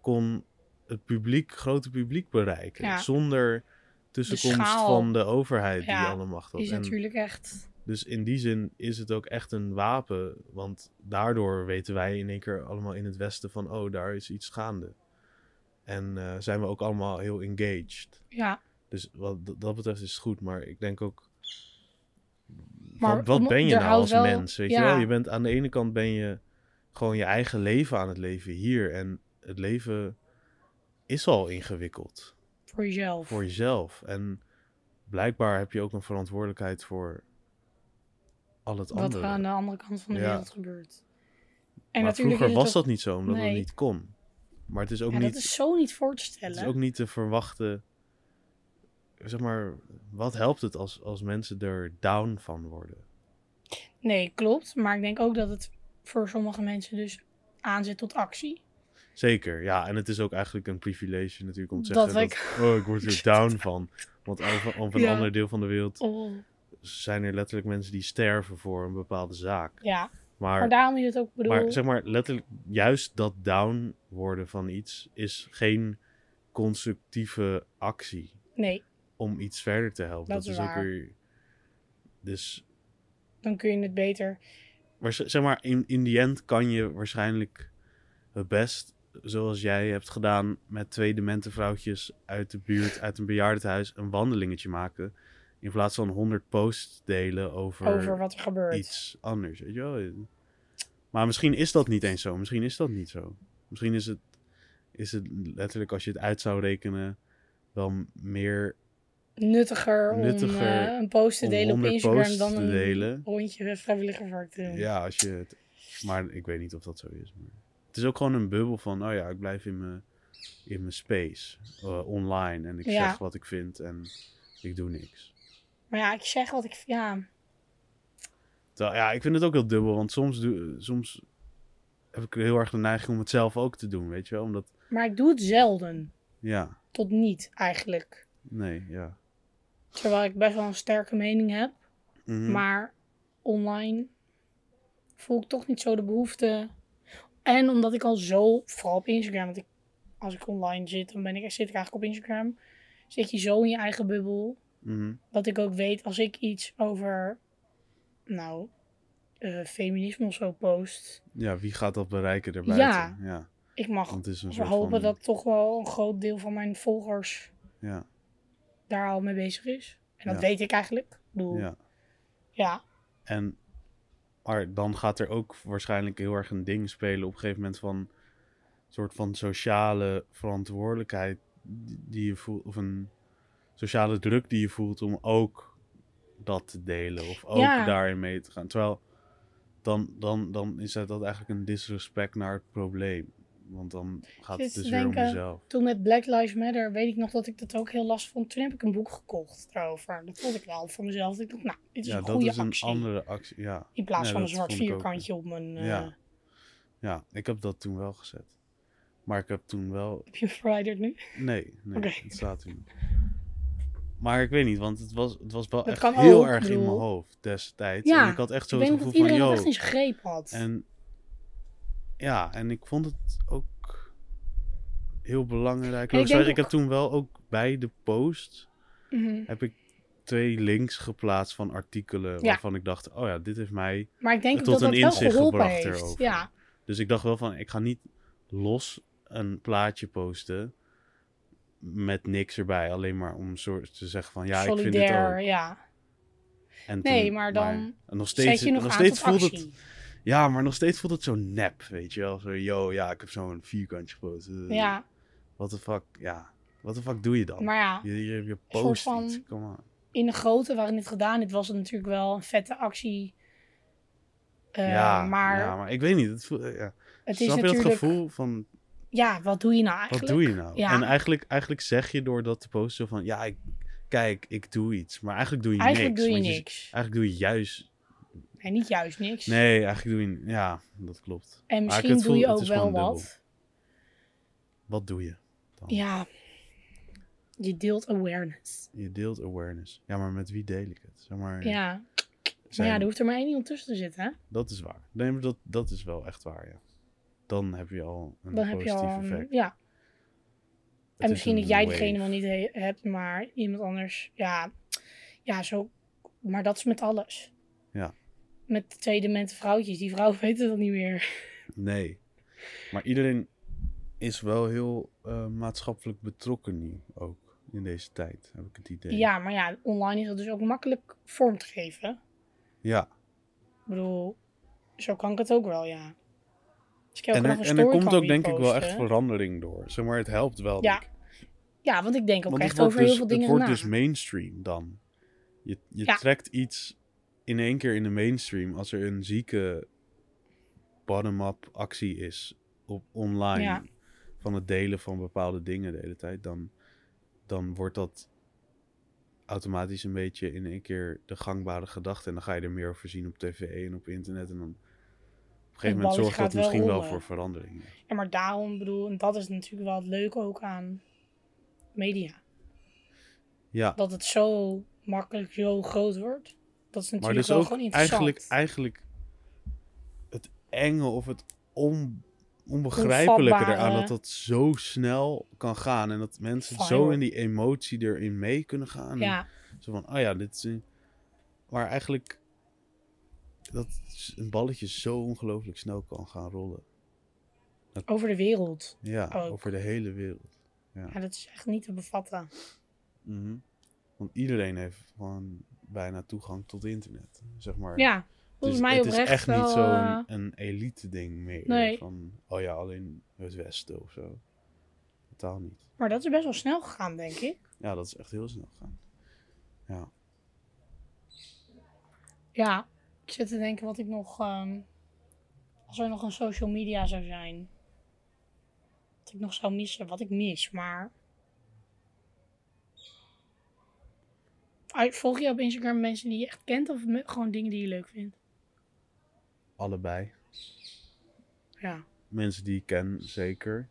[SPEAKER 1] kon het publiek, grote publiek bereiken.
[SPEAKER 2] Ja.
[SPEAKER 1] Zonder tussenkomst
[SPEAKER 2] schaal.
[SPEAKER 1] van de overheid die
[SPEAKER 2] Ja,
[SPEAKER 1] alle macht had.
[SPEAKER 2] Is
[SPEAKER 1] En-
[SPEAKER 2] natuurlijk echt...
[SPEAKER 1] dus in die zin is het ook echt een wapen. Want daardoor weten wij in één keer allemaal in het Westen van... oh, daar is iets gaande. En eh, zijn we ook allemaal heel engaged.
[SPEAKER 2] Ja,
[SPEAKER 1] Dus wat d- dat betreft is het goed. Maar ik denk ook...
[SPEAKER 2] Maar
[SPEAKER 1] wat, wat
[SPEAKER 2] om-
[SPEAKER 1] ben je
[SPEAKER 2] er
[SPEAKER 1] nou
[SPEAKER 2] houdt
[SPEAKER 1] als
[SPEAKER 2] wel-
[SPEAKER 1] mens? Weet je
[SPEAKER 2] ja.
[SPEAKER 1] wel? Je bent, aan de ene kant ben je gewoon je eigen leven aan het leven hier. En het leven is al ingewikkeld
[SPEAKER 2] voor jezelf.
[SPEAKER 1] voor jezelf. En blijkbaar heb je ook een verantwoordelijkheid voor al het
[SPEAKER 2] Wat
[SPEAKER 1] andere.
[SPEAKER 2] er aan de andere kant van de
[SPEAKER 1] Ja.
[SPEAKER 2] wereld gebeurt. En
[SPEAKER 1] maar
[SPEAKER 2] natuurlijk
[SPEAKER 1] vroeger
[SPEAKER 2] is het
[SPEAKER 1] was
[SPEAKER 2] ook-
[SPEAKER 1] dat niet zo, omdat het
[SPEAKER 2] Nee.
[SPEAKER 1] niet kon. Maar het is ook,
[SPEAKER 2] Ja,
[SPEAKER 1] niet,
[SPEAKER 2] dat is zo niet voor te
[SPEAKER 1] het
[SPEAKER 2] stellen.
[SPEAKER 1] is ook niet te verwachten. Zeg maar, wat helpt het als, als mensen er down van worden?
[SPEAKER 2] Nee, klopt. Maar ik denk ook dat het voor sommige mensen dus aanzet tot actie.
[SPEAKER 1] Zeker, ja. En het is ook eigenlijk een privilege natuurlijk om te
[SPEAKER 2] Dat
[SPEAKER 1] zeggen dat... oh, ik word
[SPEAKER 2] *laughs*
[SPEAKER 1] er down van. Want over, over een
[SPEAKER 2] Ja.
[SPEAKER 1] ander deel van de wereld
[SPEAKER 2] Oh.
[SPEAKER 1] zijn er letterlijk mensen die sterven voor een bepaalde zaak.
[SPEAKER 2] Ja, maar daarom is het ook bedoel.
[SPEAKER 1] Maar zeg maar, letterlijk, juist dat down worden van iets is geen constructieve actie
[SPEAKER 2] Nee,
[SPEAKER 1] om iets verder te helpen.
[SPEAKER 2] Dat is waar.
[SPEAKER 1] weer. Dus,
[SPEAKER 2] dan kun je het beter.
[SPEAKER 1] maar z- zeg maar, in, in die end kan je waarschijnlijk het best, zoals jij hebt gedaan met twee demente vrouwtjes uit de buurt, uit een bejaardentehuis, een wandelingetje maken. In plaats van 100 posts delen over,
[SPEAKER 2] Over wat er gebeurt.
[SPEAKER 1] iets anders, weet je wel. Maar misschien is dat niet eens zo. Misschien is dat niet zo. Misschien is het, is het letterlijk, als je het uit zou rekenen, wel meer
[SPEAKER 2] Nuttiger, om
[SPEAKER 1] Nuttiger
[SPEAKER 2] eh, een post te
[SPEAKER 1] om
[SPEAKER 2] delen op
[SPEAKER 1] 100
[SPEAKER 2] Instagram
[SPEAKER 1] posts
[SPEAKER 2] dan
[SPEAKER 1] te
[SPEAKER 2] een
[SPEAKER 1] delen.
[SPEAKER 2] rondje vrijwilligerswerk te doen.
[SPEAKER 1] Ja, als je het. Maar ik weet niet of dat zo is. Maar het is ook gewoon een bubbel van, oh ja, ik blijf in mijn, in mijn space eh, online en ik
[SPEAKER 2] Ja.
[SPEAKER 1] zeg wat ik vind en ik doe niks.
[SPEAKER 2] Maar ja, ik zeg wat ik... Ja,
[SPEAKER 1] Terwijl, ja, ik vind het ook heel dubbel, want soms, doe- soms heb ik heel erg de neiging om het zelf ook te doen, weet je wel? Omdat,
[SPEAKER 2] maar ik doe het zelden.
[SPEAKER 1] ja,
[SPEAKER 2] Tot niet, eigenlijk.
[SPEAKER 1] nee, ja.
[SPEAKER 2] Terwijl ik best wel een sterke mening heb.
[SPEAKER 1] Mhm.
[SPEAKER 2] Maar online voel ik toch niet zo de behoefte. En omdat ik al zo, vooral op Instagram, want ik, als ik online zit, dan ben ik, zit ik eigenlijk op Instagram. Zit je zo in je eigen bubbel.
[SPEAKER 1] Mhm.
[SPEAKER 2] Dat ik ook weet als ik iets over, nou, eh, feminisme of zo post.
[SPEAKER 1] Ja, wie gaat dat bereiken daarbuiten? Ja. ja.
[SPEAKER 2] Ik mag
[SPEAKER 1] Want het is een soort
[SPEAKER 2] hopen
[SPEAKER 1] van...
[SPEAKER 2] dat toch wel een groot deel van mijn volgers
[SPEAKER 1] Ja,
[SPEAKER 2] daar al mee bezig is. En dat
[SPEAKER 1] Ja.
[SPEAKER 2] weet ik eigenlijk. Ik bedoel,
[SPEAKER 1] ja.
[SPEAKER 2] ja,
[SPEAKER 1] En maar dan gaat er ook waarschijnlijk heel erg een ding spelen op een gegeven moment van een soort van sociale verantwoordelijkheid die die je voelt, of een sociale druk die je voelt om ook dat te delen of ook
[SPEAKER 2] Ja.
[SPEAKER 1] daarin mee te gaan. Terwijl dan, dan, dan is dat dat eigenlijk een disrespect naar het probleem. Want dan gaat
[SPEAKER 2] Zit
[SPEAKER 1] het
[SPEAKER 2] te
[SPEAKER 1] dus weer om
[SPEAKER 2] denken-
[SPEAKER 1] jezelf.
[SPEAKER 2] toen met Black Lives Matter weet ik nog dat ik dat ook heel lastig vond. Toen heb ik een boek gekocht daarover. Dat vond ik wel voor mezelf. Dat ik dacht, nou, dit is
[SPEAKER 1] Ja,
[SPEAKER 2] een
[SPEAKER 1] dat
[SPEAKER 2] goede
[SPEAKER 1] is een
[SPEAKER 2] actie.
[SPEAKER 1] andere actie. Ja.
[SPEAKER 2] In plaats
[SPEAKER 1] Ja,
[SPEAKER 2] van een
[SPEAKER 1] dat
[SPEAKER 2] zwart
[SPEAKER 1] vond ik ook.
[SPEAKER 2] vierkantje op mijn... eh,
[SPEAKER 1] Ja. ja, ik heb dat toen wel gezet. Maar ik heb toen wel
[SPEAKER 2] Heb je hem verwijderd nu?
[SPEAKER 1] Nee, nee,
[SPEAKER 2] Oké.
[SPEAKER 1] het staat hier nog. Maar ik weet niet, want het was, het was wel
[SPEAKER 2] Dat
[SPEAKER 1] echt
[SPEAKER 2] kan
[SPEAKER 1] heel
[SPEAKER 2] ook,
[SPEAKER 1] erg in
[SPEAKER 2] bedoel.
[SPEAKER 1] mijn hoofd destijds.
[SPEAKER 2] Ja,
[SPEAKER 1] en ik had echt
[SPEAKER 2] ik
[SPEAKER 1] zo
[SPEAKER 2] weet
[SPEAKER 1] het
[SPEAKER 2] nog dat
[SPEAKER 1] gevoel van,
[SPEAKER 2] iedereen dat
[SPEAKER 1] yo.
[SPEAKER 2] echt in zijn greep had.
[SPEAKER 1] En ja, en ik vond het ook heel belangrijk.
[SPEAKER 2] En
[SPEAKER 1] Ik,
[SPEAKER 2] ik
[SPEAKER 1] ik,
[SPEAKER 2] denk
[SPEAKER 1] ik heb
[SPEAKER 2] ook-
[SPEAKER 1] toen wel ook bij de post,
[SPEAKER 2] Mhm.
[SPEAKER 1] heb ik twee links geplaatst van artikelen
[SPEAKER 2] Ja.
[SPEAKER 1] waarvan ik dacht, oh ja, dit heeft mij...
[SPEAKER 2] Maar ik denk ook
[SPEAKER 1] tot
[SPEAKER 2] dat dat
[SPEAKER 1] een
[SPEAKER 2] wel
[SPEAKER 1] inzicht
[SPEAKER 2] geholpen
[SPEAKER 1] gebracht
[SPEAKER 2] heeft.
[SPEAKER 1] erover.
[SPEAKER 2] Ja,
[SPEAKER 1] Dus ik dacht wel van, ik ga niet los een plaatje posten met niks erbij. Alleen maar om soort te zeggen van, ja, ik vind het ook.
[SPEAKER 2] solidair. Ja.
[SPEAKER 1] En
[SPEAKER 2] Nee,
[SPEAKER 1] toen-
[SPEAKER 2] maar dan
[SPEAKER 1] en nog
[SPEAKER 2] Zet
[SPEAKER 1] steeds,
[SPEAKER 2] je nog,
[SPEAKER 1] nog
[SPEAKER 2] aan
[SPEAKER 1] steeds
[SPEAKER 2] tot
[SPEAKER 1] voelt
[SPEAKER 2] actie.
[SPEAKER 1] het. Ja, maar nog steeds voelt het zo nep, weet je wel? Zo, yo, ja, ik heb zo'n vierkantje gepost.
[SPEAKER 2] Ja,
[SPEAKER 1] Wat de fuck, ja. Wat de fuck doe je dan?
[SPEAKER 2] maar ja.
[SPEAKER 1] je, je, je
[SPEAKER 2] soort
[SPEAKER 1] post
[SPEAKER 2] van-
[SPEAKER 1] iets, kom maar.
[SPEAKER 2] in de grootte waarin dit gedaan is, was het natuurlijk wel een vette actie. Eh,
[SPEAKER 1] ja,
[SPEAKER 2] maar
[SPEAKER 1] ja, maar ik weet niet. Het voelt, eh, ja.
[SPEAKER 2] het is
[SPEAKER 1] Snap je
[SPEAKER 2] natuurlijk...
[SPEAKER 1] dat gevoel van,
[SPEAKER 2] Ja, wat doe je nou
[SPEAKER 1] wat
[SPEAKER 2] eigenlijk?
[SPEAKER 1] doe je nou?
[SPEAKER 2] Ja.
[SPEAKER 1] En eigenlijk, eigenlijk zeg je door dat te posten van, ja, ik, kijk, ik doe iets. Maar eigenlijk doe je
[SPEAKER 2] Eigenlijk
[SPEAKER 1] niks.
[SPEAKER 2] doe je
[SPEAKER 1] want
[SPEAKER 2] niks.
[SPEAKER 1] eigenlijk doe je juist...
[SPEAKER 2] Nee, niet juist niks.
[SPEAKER 1] Nee, eigenlijk doe je... Ja, dat klopt.
[SPEAKER 2] en
[SPEAKER 1] maar ik-
[SPEAKER 2] misschien
[SPEAKER 1] het
[SPEAKER 2] doe
[SPEAKER 1] voelt-
[SPEAKER 2] je
[SPEAKER 1] het
[SPEAKER 2] ook
[SPEAKER 1] is
[SPEAKER 2] wel
[SPEAKER 1] gewoon dubbel.
[SPEAKER 2] wat.
[SPEAKER 1] Wat doe je?
[SPEAKER 2] Ja. Je deelt awareness.
[SPEAKER 1] Je deelt awareness. Ja, maar met wie deel ik het? Zeg maar,
[SPEAKER 2] Ja. Maar
[SPEAKER 1] zijn-
[SPEAKER 2] ja, er hoeft er maar één iemand tussen te zitten. hè?
[SPEAKER 1] Dat is waar. Nee, maar dat, dat is wel echt waar, ja. Dan heb je al een
[SPEAKER 2] Dan heb je
[SPEAKER 1] positief
[SPEAKER 2] al... een-
[SPEAKER 1] effect.
[SPEAKER 2] ja.
[SPEAKER 1] Het
[SPEAKER 2] en
[SPEAKER 1] is
[SPEAKER 2] misschien
[SPEAKER 1] een
[SPEAKER 2] dat jij
[SPEAKER 1] wave.
[SPEAKER 2] degene wel niet he- hebt, maar iemand anders. Ja. Ja, zo. Maar dat is met alles.
[SPEAKER 1] Ja.
[SPEAKER 2] Met de tweede mensen vrouwtjes. Die vrouwen *laughs* weten dat niet meer.
[SPEAKER 1] Nee. Maar iedereen is wel heel eh, maatschappelijk betrokken nu ook. In deze tijd, heb ik het idee.
[SPEAKER 2] Ja, maar ja, online is dat dus ook makkelijk vorm te geven.
[SPEAKER 1] Ja.
[SPEAKER 2] Ik bedoel, zo kan ik het ook wel, ja. Dus ik heb
[SPEAKER 1] En
[SPEAKER 2] ook nog
[SPEAKER 1] er,
[SPEAKER 2] een
[SPEAKER 1] en
[SPEAKER 2] story
[SPEAKER 1] er komt
[SPEAKER 2] kan
[SPEAKER 1] ook denk ik wel echt
[SPEAKER 2] reposten.
[SPEAKER 1] verandering door. Zeg maar, het helpt wel,
[SPEAKER 2] Ja,
[SPEAKER 1] denk ik.
[SPEAKER 2] Ja, want ik denk ook
[SPEAKER 1] Want het
[SPEAKER 2] echt
[SPEAKER 1] wordt
[SPEAKER 2] over
[SPEAKER 1] dus,
[SPEAKER 2] heel veel dingen
[SPEAKER 1] Het wordt
[SPEAKER 2] na.
[SPEAKER 1] dus mainstream dan. Je, je
[SPEAKER 2] Ja.
[SPEAKER 1] trekt iets in één keer in de mainstream als er een zieke bottom-up actie is op online
[SPEAKER 2] Ja.
[SPEAKER 1] van het delen van bepaalde dingen de hele tijd, dan, dan wordt dat automatisch een beetje in één keer de gangbare gedachte en dan ga je er meer over zien op tv en op internet en dan op een gegeven moment
[SPEAKER 2] balletje
[SPEAKER 1] zorgt dat
[SPEAKER 2] gaat wel
[SPEAKER 1] misschien wel
[SPEAKER 2] rollen.
[SPEAKER 1] voor verandering.
[SPEAKER 2] Ja, maar daarom bedoel, en dat is natuurlijk wel het leuke ook aan media.
[SPEAKER 1] Ja,
[SPEAKER 2] Dat het zo makkelijk zo groot wordt. Dat is natuurlijk
[SPEAKER 1] Maar dus
[SPEAKER 2] wel
[SPEAKER 1] ook
[SPEAKER 2] gewoon interessant.
[SPEAKER 1] eigenlijk, eigenlijk het enge of het on- onbegrijpelijke
[SPEAKER 2] Onvatbare.
[SPEAKER 1] eraan dat dat zo snel kan gaan en dat mensen
[SPEAKER 2] Fijn,
[SPEAKER 1] zo
[SPEAKER 2] hoor.
[SPEAKER 1] in die emotie erin mee kunnen gaan.
[SPEAKER 2] Ja,
[SPEAKER 1] En Zo van, oh ja, dit is een... Maar eigenlijk dat is een balletje zo ongelooflijk snel kan gaan rollen.
[SPEAKER 2] over de wereld.
[SPEAKER 1] Ja,
[SPEAKER 2] Ook.
[SPEAKER 1] over de hele wereld.
[SPEAKER 2] Ja, dat is echt niet te bevatten.
[SPEAKER 1] Mhm. Want iedereen heeft gewoon bijna toegang tot internet, zeg maar.
[SPEAKER 2] Ja,
[SPEAKER 1] Het
[SPEAKER 2] volgens
[SPEAKER 1] is,
[SPEAKER 2] mij
[SPEAKER 1] het is
[SPEAKER 2] oprecht
[SPEAKER 1] echt
[SPEAKER 2] wel...
[SPEAKER 1] niet zo'n
[SPEAKER 2] eh,
[SPEAKER 1] een elite ding meer.
[SPEAKER 2] Nee.
[SPEAKER 1] Van, oh ja, alleen het Westen of zo. Totaal niet.
[SPEAKER 2] Maar dat is best wel snel gegaan, denk ik.
[SPEAKER 1] Ja, dat is echt heel snel gaan.
[SPEAKER 2] Ja, ik zit te denken wat ik nog. ehm, als er nog een social media zou zijn. Wat ik nog zou missen, wat ik mis, maar. Ah, Volg je op Instagram mensen die je echt kent of me- gewoon dingen die je leuk vindt?
[SPEAKER 1] Allebei.
[SPEAKER 2] Ja.
[SPEAKER 1] Mensen die ik ken, zeker.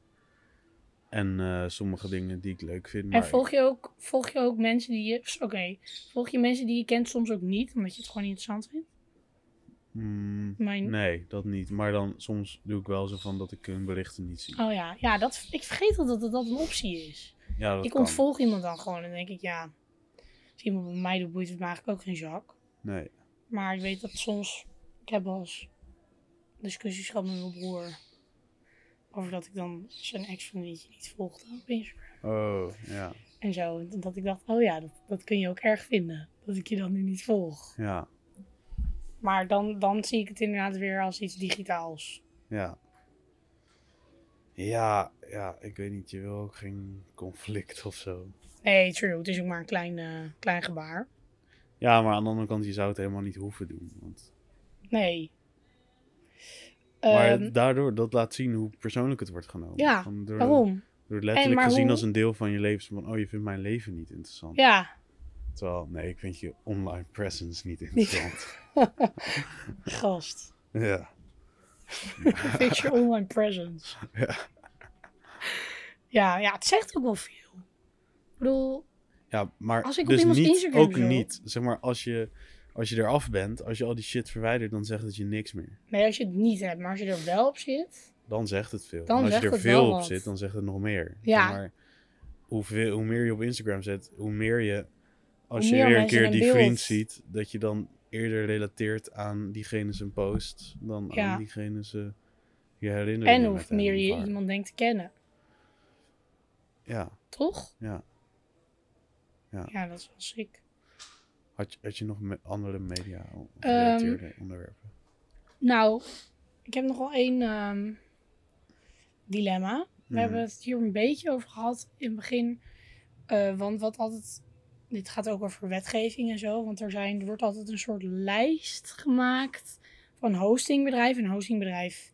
[SPEAKER 1] En eh, sommige dingen die ik leuk vind. Maar
[SPEAKER 2] En volg je, ook, volg je ook mensen die je... Oké, volg je mensen die je kent soms ook niet, omdat je het gewoon niet interessant vindt?
[SPEAKER 1] Mm,
[SPEAKER 2] Mijn...
[SPEAKER 1] nee, dat niet. Maar dan soms doe ik wel zo van dat ik hun berichten niet zie.
[SPEAKER 2] Oh ja, ja dat, ik vergeet altijd dat dat een optie is.
[SPEAKER 1] Ja, dat
[SPEAKER 2] ik
[SPEAKER 1] kan.
[SPEAKER 2] ontvolg iemand dan gewoon en denk ik, ja... Als iemand bij mij doet, boeit het me eigenlijk ook geen zak.
[SPEAKER 1] Nee.
[SPEAKER 2] Maar ik weet dat soms... Ik heb wel eens discussies gehad met mijn broer. Over dat ik dan zijn ex-vriendinnetje niet volgde op Instagram.
[SPEAKER 1] Oh, ja.
[SPEAKER 2] En zo. En dat ik dacht, oh ja, dat, dat kun je ook erg vinden. Dat ik je dan nu niet volg.
[SPEAKER 1] Ja,
[SPEAKER 2] Maar dan, dan zie ik het inderdaad weer als iets digitaals.
[SPEAKER 1] ja. Ja, ja, ik weet niet. Je wil ook geen conflict of zo.
[SPEAKER 2] Nee, true. Het is ook maar een klein, eh, klein gebaar.
[SPEAKER 1] Ja, maar aan de andere kant, je zou het helemaal niet hoeven doen. Want...
[SPEAKER 2] Nee.
[SPEAKER 1] maar
[SPEAKER 2] Ehm,
[SPEAKER 1] daardoor, dat laat zien hoe persoonlijk het wordt genomen.
[SPEAKER 2] Ja,
[SPEAKER 1] Van door,
[SPEAKER 2] waarom?
[SPEAKER 1] Door het letterlijk
[SPEAKER 2] maar
[SPEAKER 1] gezien
[SPEAKER 2] hoe-
[SPEAKER 1] als een deel van je leven. Zo Van, oh, je vindt mijn leven niet interessant.
[SPEAKER 2] Ja.
[SPEAKER 1] Terwijl, nee, ik vind je online presence niet
[SPEAKER 2] Niet.
[SPEAKER 1] interessant. *laughs*
[SPEAKER 2] Gast.
[SPEAKER 1] ja.
[SPEAKER 2] Fix your online presence.
[SPEAKER 1] *laughs* Ja.
[SPEAKER 2] Ja, ja, het zegt ook wel veel. Ik bedoel,
[SPEAKER 1] ja, maar
[SPEAKER 2] Als ik op
[SPEAKER 1] dus
[SPEAKER 2] iemands
[SPEAKER 1] niet,
[SPEAKER 2] Instagram
[SPEAKER 1] ook
[SPEAKER 2] wil-
[SPEAKER 1] niet. Zeg maar, als je, als je eraf bent, als je al die shit verwijdert, dan zegt het je niks meer.
[SPEAKER 2] nee, als je het niet hebt, maar als je er wel op zit.
[SPEAKER 1] Dan zegt het veel.
[SPEAKER 2] Dan
[SPEAKER 1] en als je
[SPEAKER 2] zegt
[SPEAKER 1] er
[SPEAKER 2] het
[SPEAKER 1] veel
[SPEAKER 2] wel
[SPEAKER 1] op
[SPEAKER 2] wat.
[SPEAKER 1] zit, dan zegt het nog meer.
[SPEAKER 2] Ja.
[SPEAKER 1] Zeg maar, hoe, veel, hoe meer je op Instagram zet, hoe meer je, als
[SPEAKER 2] Hoe
[SPEAKER 1] je
[SPEAKER 2] meer
[SPEAKER 1] weer een
[SPEAKER 2] mensen
[SPEAKER 1] keer
[SPEAKER 2] een
[SPEAKER 1] die
[SPEAKER 2] beeld-
[SPEAKER 1] vriend ziet, dat je dan eerder relateert aan diegene zijn post dan
[SPEAKER 2] Ja.
[SPEAKER 1] aan diegene ze je herinneringen
[SPEAKER 2] En
[SPEAKER 1] met
[SPEAKER 2] hoe
[SPEAKER 1] hem
[SPEAKER 2] meer je
[SPEAKER 1] ervaren.
[SPEAKER 2] iemand denkt te kennen.
[SPEAKER 1] Ja,
[SPEAKER 2] Toch?
[SPEAKER 1] ja.
[SPEAKER 2] Ja, dat is wel sick.
[SPEAKER 1] Had je, had je nog me- andere media gerelateerde
[SPEAKER 2] Ehm,
[SPEAKER 1] onderwerpen?
[SPEAKER 2] Nou, ik heb nog wel één ehm, dilemma. We
[SPEAKER 1] Mhm.
[SPEAKER 2] hebben het hier een beetje over gehad in het begin. eh, want wat altijd. Dit gaat ook over wetgeving en zo. Want er, zijn, er wordt altijd een soort lijst gemaakt van hostingbedrijven. Een hostingbedrijf.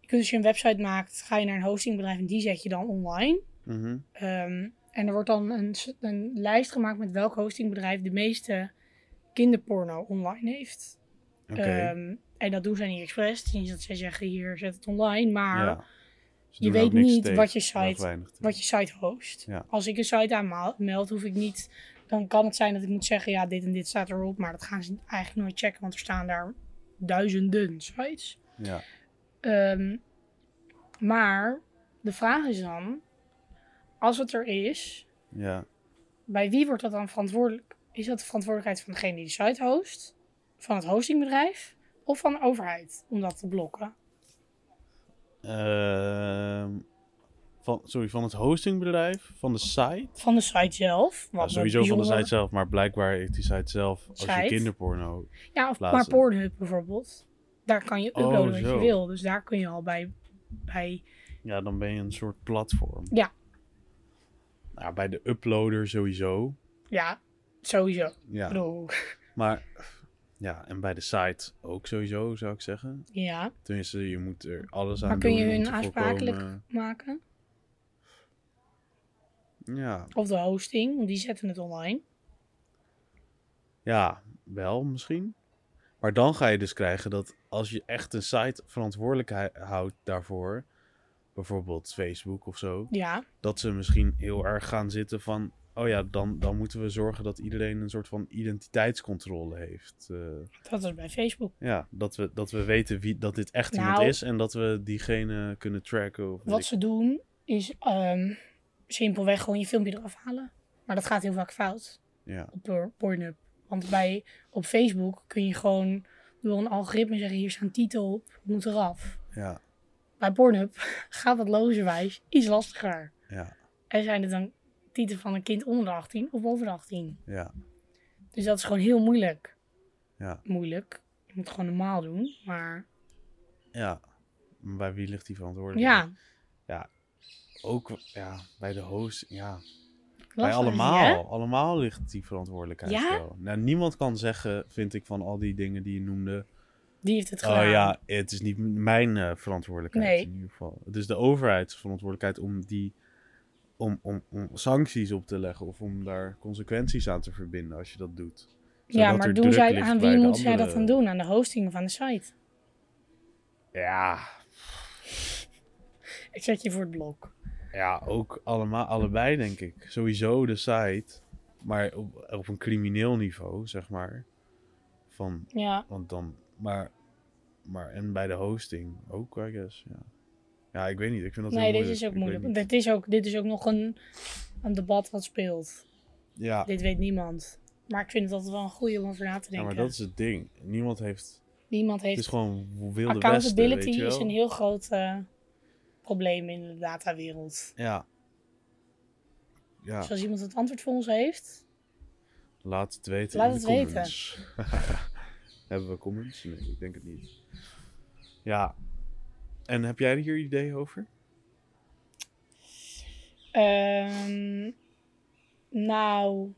[SPEAKER 2] Je kunt als je een website maakt, ga je naar een hostingbedrijf en die zet je dan online.
[SPEAKER 1] Mhm.
[SPEAKER 2] Ehm, en er wordt dan een, s- een lijst gemaakt met welk hostingbedrijf de meeste kinderporno online heeft.
[SPEAKER 1] Oké.
[SPEAKER 2] Ehm, en dat doen zij niet expres. Het is niet dat zij zeggen, hier, zet het online. Maar
[SPEAKER 1] ja. Ze
[SPEAKER 2] je
[SPEAKER 1] doen ook
[SPEAKER 2] weet
[SPEAKER 1] niks
[SPEAKER 2] niet
[SPEAKER 1] tegen,
[SPEAKER 2] wat je
[SPEAKER 1] doen ook
[SPEAKER 2] site-
[SPEAKER 1] weinig tegen.
[SPEAKER 2] wat je site host.
[SPEAKER 1] Ja.
[SPEAKER 2] Als ik een site aanmeld, hoef ik niet... Dan kan het zijn dat ik moet zeggen, ja, dit en dit staat erop. Maar dat gaan ze eigenlijk nooit checken, want er staan daar duizenden sites.
[SPEAKER 1] Ja.
[SPEAKER 2] Ehm, maar de vraag is dan, als het er is,
[SPEAKER 1] Ja.
[SPEAKER 2] bij wie wordt dat dan verantwoordelijk? Is dat de verantwoordelijkheid van degene die de site host? Van het hostingbedrijf? Of van de overheid om dat te blokken?
[SPEAKER 1] Ehm, van, sorry, van het hostingbedrijf, van de site.
[SPEAKER 2] Van de site zelf.
[SPEAKER 1] Ja,
[SPEAKER 2] Wat
[SPEAKER 1] sowieso van de
[SPEAKER 2] bijzonder-
[SPEAKER 1] site zelf, maar blijkbaar heeft die site zelf, als
[SPEAKER 2] Site?
[SPEAKER 1] je kinderporno...
[SPEAKER 2] Ja, of maar
[SPEAKER 1] plaatsen.
[SPEAKER 2] Pornhub bijvoorbeeld. Daar kan je
[SPEAKER 1] Oh,
[SPEAKER 2] uploaden wat je
[SPEAKER 1] zo.
[SPEAKER 2] wil. Dus daar kun je al bij... bij
[SPEAKER 1] Ja, dan ben je een soort platform.
[SPEAKER 2] Ja.
[SPEAKER 1] Nou, bij de uploader sowieso.
[SPEAKER 2] ja, sowieso. Ik
[SPEAKER 1] Ja.
[SPEAKER 2] bedoel, *laughs*
[SPEAKER 1] Maar, ja, en bij de site ook sowieso, zou ik zeggen.
[SPEAKER 2] ja,
[SPEAKER 1] Tenminste, je moet er alles aan
[SPEAKER 2] Maar
[SPEAKER 1] doen
[SPEAKER 2] kun je
[SPEAKER 1] om
[SPEAKER 2] hun
[SPEAKER 1] te
[SPEAKER 2] aansprakelijk-
[SPEAKER 1] voorkomen-
[SPEAKER 2] maken.
[SPEAKER 1] Ja.
[SPEAKER 2] Of de hosting, want die zetten het online.
[SPEAKER 1] Ja, wel misschien. Maar dan ga je dus krijgen dat als je echt een site verantwoordelijk hou- houdt daarvoor, bijvoorbeeld Facebook of zo,
[SPEAKER 2] Ja,
[SPEAKER 1] dat ze misschien heel erg gaan zitten van, oh ja, dan, dan moeten we zorgen dat iedereen een soort van identiteitscontrole heeft. Eh,
[SPEAKER 2] dat is bij Facebook.
[SPEAKER 1] ja, dat we, dat we weten wie, dat dit echt
[SPEAKER 2] Nou.
[SPEAKER 1] iemand is en dat we diegene kunnen tracken. Of weet
[SPEAKER 2] Wat
[SPEAKER 1] ik-
[SPEAKER 2] ze doen is ehm, simpelweg gewoon je filmpje eraf halen. Maar dat gaat heel vaak fout.
[SPEAKER 1] Ja,
[SPEAKER 2] op Por- Pornhub. Want bij, op Facebook kun je gewoon door een algoritme zeggen: hier staat een titel op, het moet eraf.
[SPEAKER 1] ja,
[SPEAKER 2] Bij Pornhub *laughs* gaat dat logischerwijs iets lastiger.
[SPEAKER 1] ja,
[SPEAKER 2] En zijn het dan titels van een kind onder de 18 of boven de 18?
[SPEAKER 1] ja,
[SPEAKER 2] Dus dat is gewoon heel moeilijk.
[SPEAKER 1] ja,
[SPEAKER 2] Moeilijk. Je moet het gewoon normaal doen. Maar
[SPEAKER 1] ja. Maar Bij wie ligt die verantwoordelijkheid?
[SPEAKER 2] ja,
[SPEAKER 1] Ook ja, bij de host, ja. Bij
[SPEAKER 2] lastig,
[SPEAKER 1] allemaal.
[SPEAKER 2] hè?
[SPEAKER 1] Allemaal ligt die verantwoordelijkheid
[SPEAKER 2] Ja?
[SPEAKER 1] wel. Nou, niemand kan zeggen, vind ik, van al die dingen die je noemde.
[SPEAKER 2] Die heeft het
[SPEAKER 1] Oh
[SPEAKER 2] gedaan.
[SPEAKER 1] ja, het is niet m- mijn eh, verantwoordelijkheid
[SPEAKER 2] Nee.
[SPEAKER 1] in ieder geval. Het is de overheidsverantwoordelijkheid om die om, om, om sancties op te leggen of om daar consequenties aan te verbinden als je dat doet.
[SPEAKER 2] ja,
[SPEAKER 1] Zodat
[SPEAKER 2] maar
[SPEAKER 1] er
[SPEAKER 2] doen
[SPEAKER 1] druk
[SPEAKER 2] zij,
[SPEAKER 1] ligt
[SPEAKER 2] aan
[SPEAKER 1] bij
[SPEAKER 2] wie
[SPEAKER 1] de
[SPEAKER 2] moeten zij dat
[SPEAKER 1] andere-
[SPEAKER 2] dan doen? Aan de hosting van de site.
[SPEAKER 1] Ja,
[SPEAKER 2] Ik zet je voor het blok.
[SPEAKER 1] ja ook allemaal, allebei denk ik. Sowieso de site, maar op, op een crimineel niveau, zeg maar. Van
[SPEAKER 2] Ja,
[SPEAKER 1] Want dan, maar, maar en bij de hosting ook, I guess. Ja, ja ik weet niet. Ik vind dat
[SPEAKER 2] nee,
[SPEAKER 1] heel
[SPEAKER 2] dit is ook
[SPEAKER 1] Ik weet
[SPEAKER 2] moeilijk.
[SPEAKER 1] niet.
[SPEAKER 2] Dit is ook, dit is ook nog een, een debat wat speelt.
[SPEAKER 1] Ja,
[SPEAKER 2] Dit weet niemand. Maar ik vind het altijd wel een goede om over na te
[SPEAKER 1] ja,
[SPEAKER 2] denken.
[SPEAKER 1] maar dat is het ding. Niemand heeft.
[SPEAKER 2] Niemand
[SPEAKER 1] Het is
[SPEAKER 2] heeft.
[SPEAKER 1] gewoon wilde westen, weet
[SPEAKER 2] Accountability
[SPEAKER 1] je
[SPEAKER 2] is
[SPEAKER 1] wel?
[SPEAKER 2] een heel groot eh, probleem in de datawereld.
[SPEAKER 1] Ja. Ja,
[SPEAKER 2] Dus als iemand het antwoord voor ons heeft,
[SPEAKER 1] laat het weten.
[SPEAKER 2] Laat
[SPEAKER 1] in de
[SPEAKER 2] het weten.
[SPEAKER 1] comments. *laughs* Hebben we comments? Nee, ik denk het niet. Ja. En heb jij hier ideeën over?
[SPEAKER 2] Ehm, nou,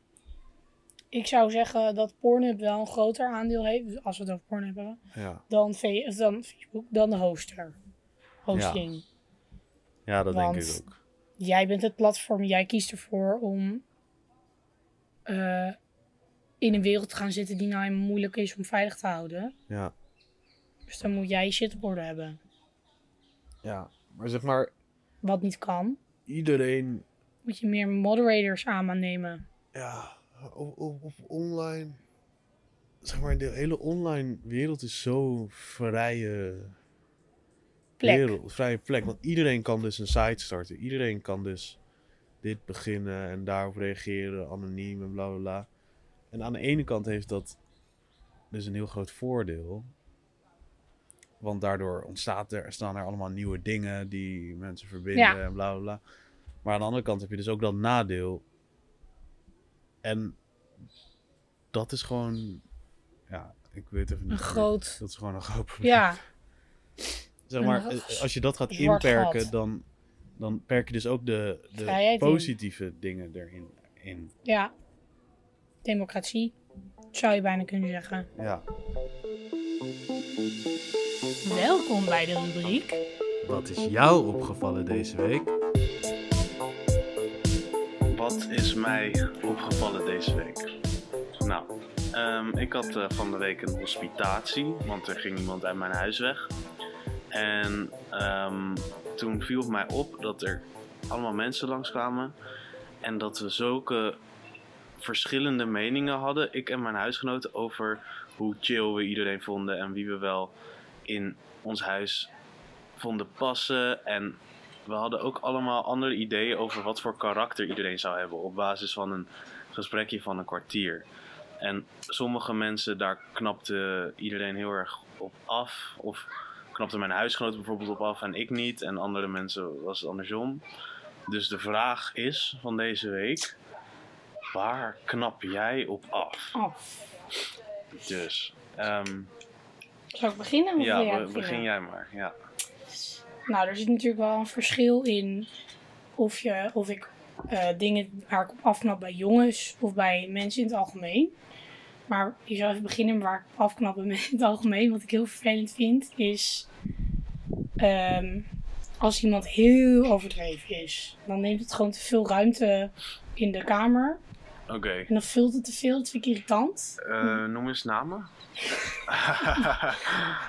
[SPEAKER 2] ik zou zeggen dat Pornhub wel een groter aandeel heeft, dus als we het over Pornhub hebben,
[SPEAKER 1] Ja.
[SPEAKER 2] dan, Fe- of dan Facebook, dan de hoster. Hosting.
[SPEAKER 1] Ja, dat denk ik
[SPEAKER 2] Want-
[SPEAKER 1] ook.
[SPEAKER 2] Jij bent het platform, jij kiest ervoor om eh, in een wereld te gaan zitten die nou helemaal moeilijk is om veilig te houden.
[SPEAKER 1] Ja.
[SPEAKER 2] Dus dan moet jij je shit op orde hebben.
[SPEAKER 1] Ja. Maar zeg maar,
[SPEAKER 2] Wat niet kan,
[SPEAKER 1] iedereen
[SPEAKER 2] moet je meer moderators aan nemen.
[SPEAKER 1] ja, op, op, op online. Zeg maar, de hele online wereld is zo'n vrije
[SPEAKER 2] Plek.
[SPEAKER 1] wereld, vrije plek. Want iedereen kan dus een site starten. Iedereen kan dus dit beginnen en daarop reageren, anoniem en bla bla bla. En aan de ene kant heeft dat dus een heel groot voordeel. Want daardoor ontstaat er, staan er allemaal nieuwe dingen die mensen verbinden
[SPEAKER 2] Ja.
[SPEAKER 1] en bla bla bla. Maar aan de andere kant heb je dus ook dat nadeel. En dat is gewoon. Ja, ik weet even niet.
[SPEAKER 2] Een groot,
[SPEAKER 1] Dat is gewoon een groot probleem.
[SPEAKER 2] ja,
[SPEAKER 1] zeg maar,
[SPEAKER 2] een
[SPEAKER 1] eh, als je dat gaat
[SPEAKER 2] zwart
[SPEAKER 1] inperken,
[SPEAKER 2] gat.
[SPEAKER 1] dan, dan perk je dus ook de, de
[SPEAKER 2] Vrijheid in.
[SPEAKER 1] positieve dingen erin in.
[SPEAKER 2] Ja. Democratie. Zou je bijna kunnen zeggen.
[SPEAKER 1] Ja.
[SPEAKER 2] Welkom bij de rubriek.
[SPEAKER 1] Wat is jou opgevallen deze week? Wat is mij opgevallen deze week? Nou, ehm, ik had eh, van de week een hospitatie, want er ging iemand uit mijn huis weg. En ehm, toen viel het mij op dat er allemaal mensen langskwamen en dat we zulke verschillende meningen hadden, ik en mijn huisgenoten, over hoe chill we iedereen vonden en wie we wel in ons huis vonden passen. En we hadden ook allemaal andere ideeën over wat voor karakter iedereen zou hebben op basis van een gesprekje van een kwartier. En sommige mensen, daar knapte iedereen heel erg op af. Of knapte mijn huisgenoot bijvoorbeeld op af en ik niet. En andere mensen was het andersom. Dus de vraag is van deze week: waar knap jij op af?
[SPEAKER 2] Oh,
[SPEAKER 1] Dus, ehm,
[SPEAKER 2] zou ik beginnen? Of wil jij
[SPEAKER 1] ja, be-
[SPEAKER 2] beginnen?
[SPEAKER 1] begin jij maar. Ja.
[SPEAKER 2] Nou, er zit natuurlijk wel een verschil in of, je, of ik eh, dingen waar ik op afknap bij jongens of bij mensen in het algemeen. Maar ik zou even beginnen waar ik op afknap bij mensen in het algemeen. Wat ik heel vervelend vind is ehm, als iemand heel overdreven is. Dan neemt het gewoon te veel ruimte in de kamer.
[SPEAKER 1] Oké,
[SPEAKER 2] En dan vult het te veel. Dat vind ik irritant.
[SPEAKER 1] eh, noem eens namen.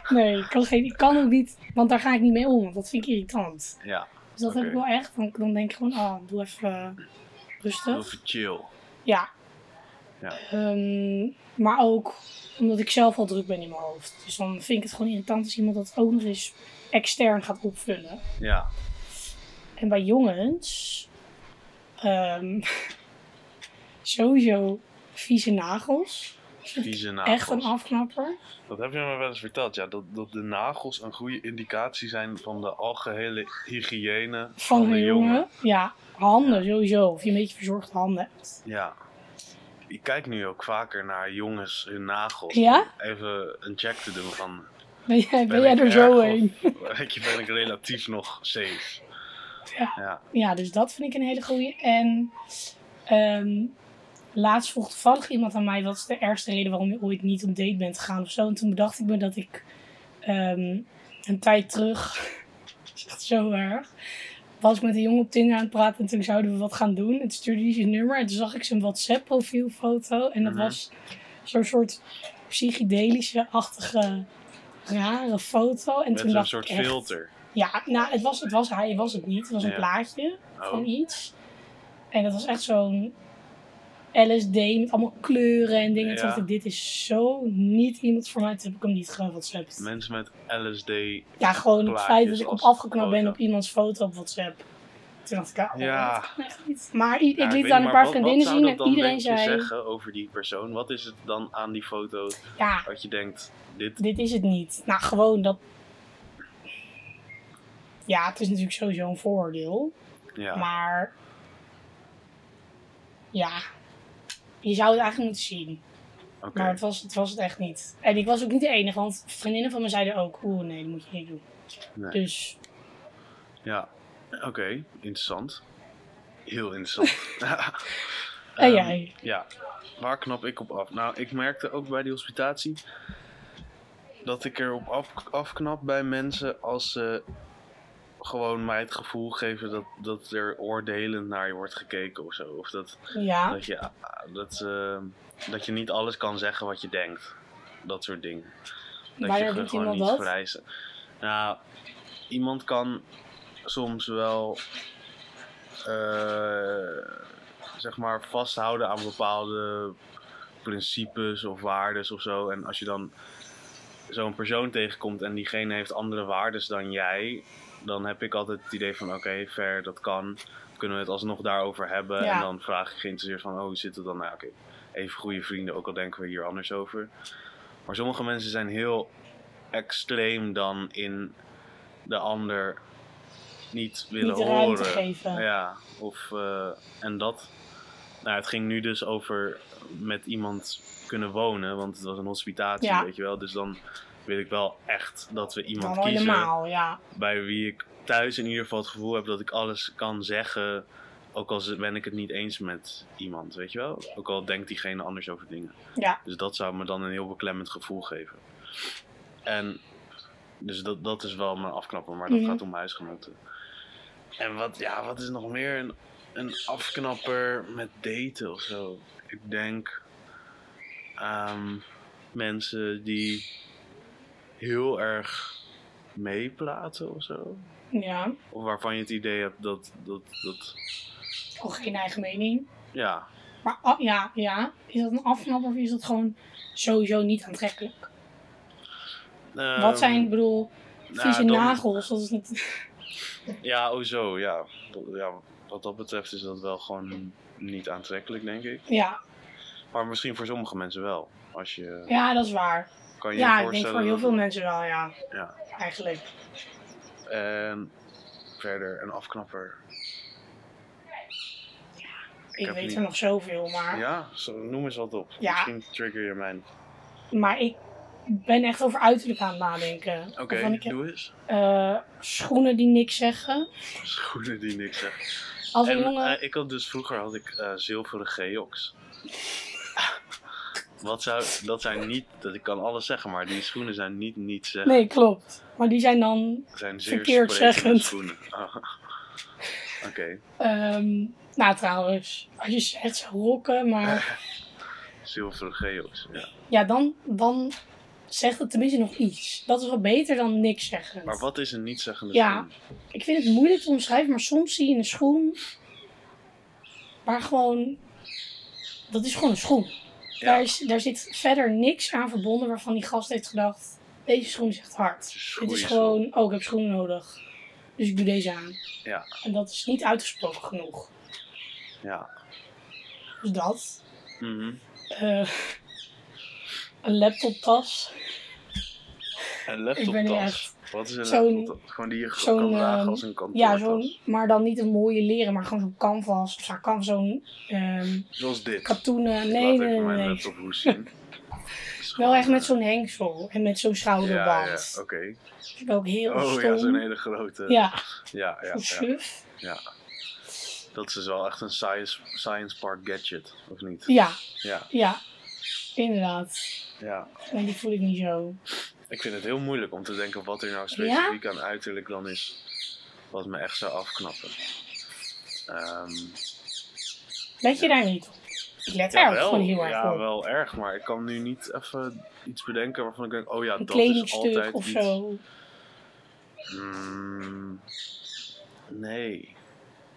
[SPEAKER 2] Nee, ik kan, geen, ik kan ook niet. Want daar ga ik niet mee om. Want dat vind ik irritant.
[SPEAKER 1] Ja,
[SPEAKER 2] Dus dat heb ik
[SPEAKER 1] Oké.
[SPEAKER 2] wel echt. Dan, dan denk ik gewoon, ah, doe even eh,
[SPEAKER 1] heel
[SPEAKER 2] rustig.
[SPEAKER 1] chill.
[SPEAKER 2] Ja.
[SPEAKER 1] Ja.
[SPEAKER 2] Ehm, maar ook omdat ik zelf al druk ben in mijn hoofd. Dus dan vind ik het gewoon irritant als iemand dat ook nog eens extern gaat opvullen.
[SPEAKER 1] Ja,
[SPEAKER 2] En bij jongens... ehm, *laughs* sowieso vieze nagels.
[SPEAKER 1] vieze nagels.
[SPEAKER 2] Echt een afknapper.
[SPEAKER 1] Dat heb je me wel eens verteld, ja. Dat, dat de nagels een goede indicatie zijn van de algehele hygiëne
[SPEAKER 2] Van
[SPEAKER 1] de
[SPEAKER 2] een jongen. Ja, handen sowieso. Of je een beetje verzorgde handen hebt.
[SPEAKER 1] Ja. Ik kijk nu ook vaker naar jongens hun nagels.
[SPEAKER 2] Ja?
[SPEAKER 1] om Even een check te doen van...
[SPEAKER 2] Ben jij, ben jij
[SPEAKER 1] ik
[SPEAKER 2] er zo
[SPEAKER 1] erg
[SPEAKER 2] heen?
[SPEAKER 1] of- *laughs* Weet je, ben ik relatief nog safe?
[SPEAKER 2] Ja.
[SPEAKER 1] Ja.
[SPEAKER 2] Ja, dus dat vind ik een hele goeie. En ehm, laatst vroeg toevallig iemand aan mij... wat is de ergste reden waarom je ooit niet op date bent gegaan of zo. En toen bedacht ik me dat *laughs* ik ehm, een tijd terug... dat is echt zo erg. was ik met een jongen op Tinder aan het praten en toen zouden we wat gaan doen. En toen stuurde hij zijn nummer en toen zag ik zijn WhatsApp profielfoto. En dat
[SPEAKER 1] Mhm.
[SPEAKER 2] was zo'n soort psychedelische-achtige rare foto. En
[SPEAKER 1] Met
[SPEAKER 2] toen
[SPEAKER 1] een
[SPEAKER 2] dacht
[SPEAKER 1] soort
[SPEAKER 2] ik echt-
[SPEAKER 1] filter.
[SPEAKER 2] Ja, nou het was, het was hij, het was het niet. Het was een
[SPEAKER 1] Ja.
[SPEAKER 2] plaatje van
[SPEAKER 1] Oh,
[SPEAKER 2] iets. En dat was echt zo'n LSD met allemaal kleuren en dingen. En Toen
[SPEAKER 1] Ja.
[SPEAKER 2] dacht ik, dit is zo niet iemand voor mij. Toen heb ik hem niet gewhatsappt.
[SPEAKER 1] mensen met LSD.
[SPEAKER 2] Ja, gewoon het
[SPEAKER 1] plaatjes
[SPEAKER 2] feit dat ik op
[SPEAKER 1] als
[SPEAKER 2] afgeknapt ben
[SPEAKER 1] foto.
[SPEAKER 2] op iemands foto op WhatsApp. Toen dacht ik, ah,
[SPEAKER 1] Ja.
[SPEAKER 2] dat kan echt niet. Maar i- ik
[SPEAKER 1] Ja,
[SPEAKER 2] liet
[SPEAKER 1] weet
[SPEAKER 2] het
[SPEAKER 1] niet,
[SPEAKER 2] aan een
[SPEAKER 1] maar
[SPEAKER 2] paar
[SPEAKER 1] wat-
[SPEAKER 2] vriendinnen
[SPEAKER 1] wat
[SPEAKER 2] zien
[SPEAKER 1] zou dat
[SPEAKER 2] en
[SPEAKER 1] dan
[SPEAKER 2] iedereen
[SPEAKER 1] denk je
[SPEAKER 2] zei,
[SPEAKER 1] zeggen over die persoon? Wat is het dan aan die foto
[SPEAKER 2] ja,
[SPEAKER 1] dat je denkt, dit...
[SPEAKER 2] dit is het niet. Nou, gewoon dat... Ja, het is natuurlijk sowieso een vooroordeel.
[SPEAKER 1] Ja,
[SPEAKER 2] Maar... Ja. Je zou het eigenlijk moeten zien.
[SPEAKER 1] oké.
[SPEAKER 2] Maar het was, het was het echt niet. En ik was ook niet de enige, want vriendinnen van me zeiden ook... Oeh, nee, dat moet je niet doen.
[SPEAKER 1] Nee.
[SPEAKER 2] Dus
[SPEAKER 1] Ja, oké. Interessant. Heel
[SPEAKER 2] *laughs*
[SPEAKER 1] interessant. *laughs*
[SPEAKER 2] En
[SPEAKER 1] Ehm,
[SPEAKER 2] jij?
[SPEAKER 1] Ja, waar knap ik op af? Nou, ik merkte ook bij die hospitatie dat ik erop af, afknap bij mensen als ze gewoon mij het gevoel geven dat, dat er oordelend naar je wordt gekeken of zo. Of dat,
[SPEAKER 2] ja,
[SPEAKER 1] dat, je, ah, dat, ehm, dat je niet alles kan zeggen wat je denkt. Dat soort dingen. Dat
[SPEAKER 2] Wanneer
[SPEAKER 1] je
[SPEAKER 2] doet
[SPEAKER 1] gewoon
[SPEAKER 2] iemand
[SPEAKER 1] niet
[SPEAKER 2] dat?
[SPEAKER 1] vereisen. Nou, iemand kan soms wel eh, zeg maar vasthouden aan bepaalde principes of waardes of zo. En als je dan zo'n persoon tegenkomt en diegene heeft andere waardes dan jij, dan heb ik altijd het idee van oké, fair, dat kan. Kunnen we het alsnog daarover hebben?
[SPEAKER 2] Ja.
[SPEAKER 1] En dan vraag ik geïnteresseerd van oh, hoe zit het dan? Nou, oké, even goede vrienden, ook al denken we hier anders over. Maar sommige mensen zijn heel extreem dan in de ander niet willen
[SPEAKER 2] niet de
[SPEAKER 1] horen.
[SPEAKER 2] ruimte geven.
[SPEAKER 1] Ja, of eh, en dat. Nou, het ging nu dus over met iemand kunnen wonen, want het was een hospitatie,
[SPEAKER 2] Ja.
[SPEAKER 1] weet je wel. Dus dan wil ik wel echt dat we iemand
[SPEAKER 2] Dan
[SPEAKER 1] kiezen
[SPEAKER 2] helemaal, ja.
[SPEAKER 1] bij wie ik thuis in ieder geval het gevoel heb dat ik alles kan zeggen, ook al ben ik het niet eens met iemand, weet je wel. Ook al denkt diegene anders over dingen.
[SPEAKER 2] Ja.
[SPEAKER 1] Dus dat zou me dan een heel beklemmend gevoel geven. En dus dat, dat is wel mijn afknapper, maar dat
[SPEAKER 2] Mhm.
[SPEAKER 1] gaat om huisgenoten. En wat, ja, wat is nog meer een, een afknapper met daten of zo? Ik denk aan mensen die heel erg meeplaten of zo.
[SPEAKER 2] Ja,
[SPEAKER 1] Of waarvan je het idee hebt dat, dat, dat
[SPEAKER 2] gewoon geen eigen mening.
[SPEAKER 1] ja,
[SPEAKER 2] Maar ah, ja, ja, is dat een afknap of is dat gewoon sowieso niet aantrekkelijk?
[SPEAKER 1] Ehm,
[SPEAKER 2] Wat zijn, ik bedoel, vieze
[SPEAKER 1] nou, dan-
[SPEAKER 2] nagels? Dat is niet...
[SPEAKER 1] Ja, oh zo, ja. ja. Wat dat betreft is dat wel gewoon niet aantrekkelijk, denk ik.
[SPEAKER 2] ja.
[SPEAKER 1] Maar misschien voor sommige mensen wel. Als je,
[SPEAKER 2] ja, dat is waar.
[SPEAKER 1] kan je
[SPEAKER 2] Ja,
[SPEAKER 1] je
[SPEAKER 2] ik denk
[SPEAKER 1] voorstellen
[SPEAKER 2] voor heel
[SPEAKER 1] dat-
[SPEAKER 2] veel mensen wel, ja.
[SPEAKER 1] Ja.
[SPEAKER 2] Eigenlijk.
[SPEAKER 1] En verder, een afknapper.
[SPEAKER 2] Ik,
[SPEAKER 1] heb
[SPEAKER 2] weet
[SPEAKER 1] niet-
[SPEAKER 2] er nog zoveel, maar...
[SPEAKER 1] Ja, zo, noem eens wat op.
[SPEAKER 2] Ja.
[SPEAKER 1] Misschien trigger je mijn...
[SPEAKER 2] Maar ik ben echt over uiterlijk aan het nadenken.
[SPEAKER 1] Oké,
[SPEAKER 2] Waarvan ik heb,
[SPEAKER 1] doe eens. *laughs*
[SPEAKER 2] eh, schoenen die niks zeggen.
[SPEAKER 1] Schoenen die niks zeggen.
[SPEAKER 2] Als een
[SPEAKER 1] En,
[SPEAKER 2] jongen...
[SPEAKER 1] eh, ik had dus vroeger had ik eh, zilveren
[SPEAKER 2] *laughs*
[SPEAKER 1] geox. Wat zou, dat zijn niet, dat ik kan alles zeggen, maar die schoenen zijn niet niet zeggen.
[SPEAKER 2] nee, klopt. Maar die zijn dan...
[SPEAKER 1] zijn zeer
[SPEAKER 2] verkeerd
[SPEAKER 1] sprekende
[SPEAKER 2] zeggend.
[SPEAKER 1] schoenen. *laughs* Ah. Oké,
[SPEAKER 2] ehm, nou, trouwens. Als je zegt ze rokken,
[SPEAKER 1] Eh.
[SPEAKER 2] maar...
[SPEAKER 1] zilveren geox. Ja.
[SPEAKER 2] Ja, dan, dan zegt het tenminste nog iets. Dat is wel beter dan niks zeggen.
[SPEAKER 1] Maar wat is een niet zeggende
[SPEAKER 2] Ja.
[SPEAKER 1] schoen?
[SPEAKER 2] Ik vind het moeilijk te omschrijven, maar soms zie je een schoen... Waar gewoon... Dat is gewoon een schoen.
[SPEAKER 1] Ja,
[SPEAKER 2] Daar, is, daar zit verder niks aan verbonden waarvan die gast heeft gedacht... Deze schoen is echt hard.
[SPEAKER 1] is
[SPEAKER 2] Dit is
[SPEAKER 1] goeie schoen.
[SPEAKER 2] gewoon... Oh, ik heb schoenen nodig. Dus ik doe deze aan.
[SPEAKER 1] Ja.
[SPEAKER 2] En dat is niet uitgesproken genoeg.
[SPEAKER 1] Ja.
[SPEAKER 2] Dus dat.
[SPEAKER 1] Mhm.
[SPEAKER 2] Eh, *laughs* een laptoptas.
[SPEAKER 1] Een
[SPEAKER 2] Ik ben niet
[SPEAKER 1] laptoptas.
[SPEAKER 2] echt-
[SPEAKER 1] Wat is een
[SPEAKER 2] Zo'n-
[SPEAKER 1] laptoptas? Gewoon die je
[SPEAKER 2] zo'n,
[SPEAKER 1] kan dragen
[SPEAKER 2] ehm,
[SPEAKER 1] als een kantoortas.
[SPEAKER 2] Ja, zo'n, maar dan niet een mooie leren, maar gewoon zo'n canvas. Of zo'n kan zo'n ehm,
[SPEAKER 1] Zoals dit.
[SPEAKER 2] katoenen.
[SPEAKER 1] ik laat
[SPEAKER 2] Nee, nee,
[SPEAKER 1] even
[SPEAKER 2] nee.
[SPEAKER 1] mijn
[SPEAKER 2] nee.
[SPEAKER 1] laptop hoe
[SPEAKER 2] *laughs*
[SPEAKER 1] zien. Is
[SPEAKER 2] Wel
[SPEAKER 1] gewoon,
[SPEAKER 2] echt met
[SPEAKER 1] eh,
[SPEAKER 2] zo'n hengsel en met zo'n
[SPEAKER 1] Ja, ja,
[SPEAKER 2] schouderband.
[SPEAKER 1] oké.
[SPEAKER 2] Ik heb ook heel
[SPEAKER 1] Oh
[SPEAKER 2] stom.
[SPEAKER 1] ja, zo'n hele grote.
[SPEAKER 2] Ja,
[SPEAKER 1] ja, ja,
[SPEAKER 2] zo'n
[SPEAKER 1] ja.
[SPEAKER 2] *laughs* suf.
[SPEAKER 1] Dat is dus wel echt een science, science park gadget, of niet?
[SPEAKER 2] Ja,
[SPEAKER 1] Ja,
[SPEAKER 2] ja. Inderdaad.
[SPEAKER 1] ja.
[SPEAKER 2] Nee, die voel ik niet zo.
[SPEAKER 1] Ik vind het heel moeilijk om te denken wat er nou specifiek aan uiterlijk dan is. wat me echt zou afknappen. Ehm
[SPEAKER 2] Let je daar niet op? Ik let daar ook
[SPEAKER 1] wel,
[SPEAKER 2] gewoon heel erg
[SPEAKER 1] ja,
[SPEAKER 2] op.
[SPEAKER 1] wel erg, maar ik kan nu niet even iets bedenken waarvan ik denk, oh ja,
[SPEAKER 2] Een
[SPEAKER 1] dat is altijd
[SPEAKER 2] kledingstuk of
[SPEAKER 1] iets.
[SPEAKER 2] zo.
[SPEAKER 1] Mm, nee.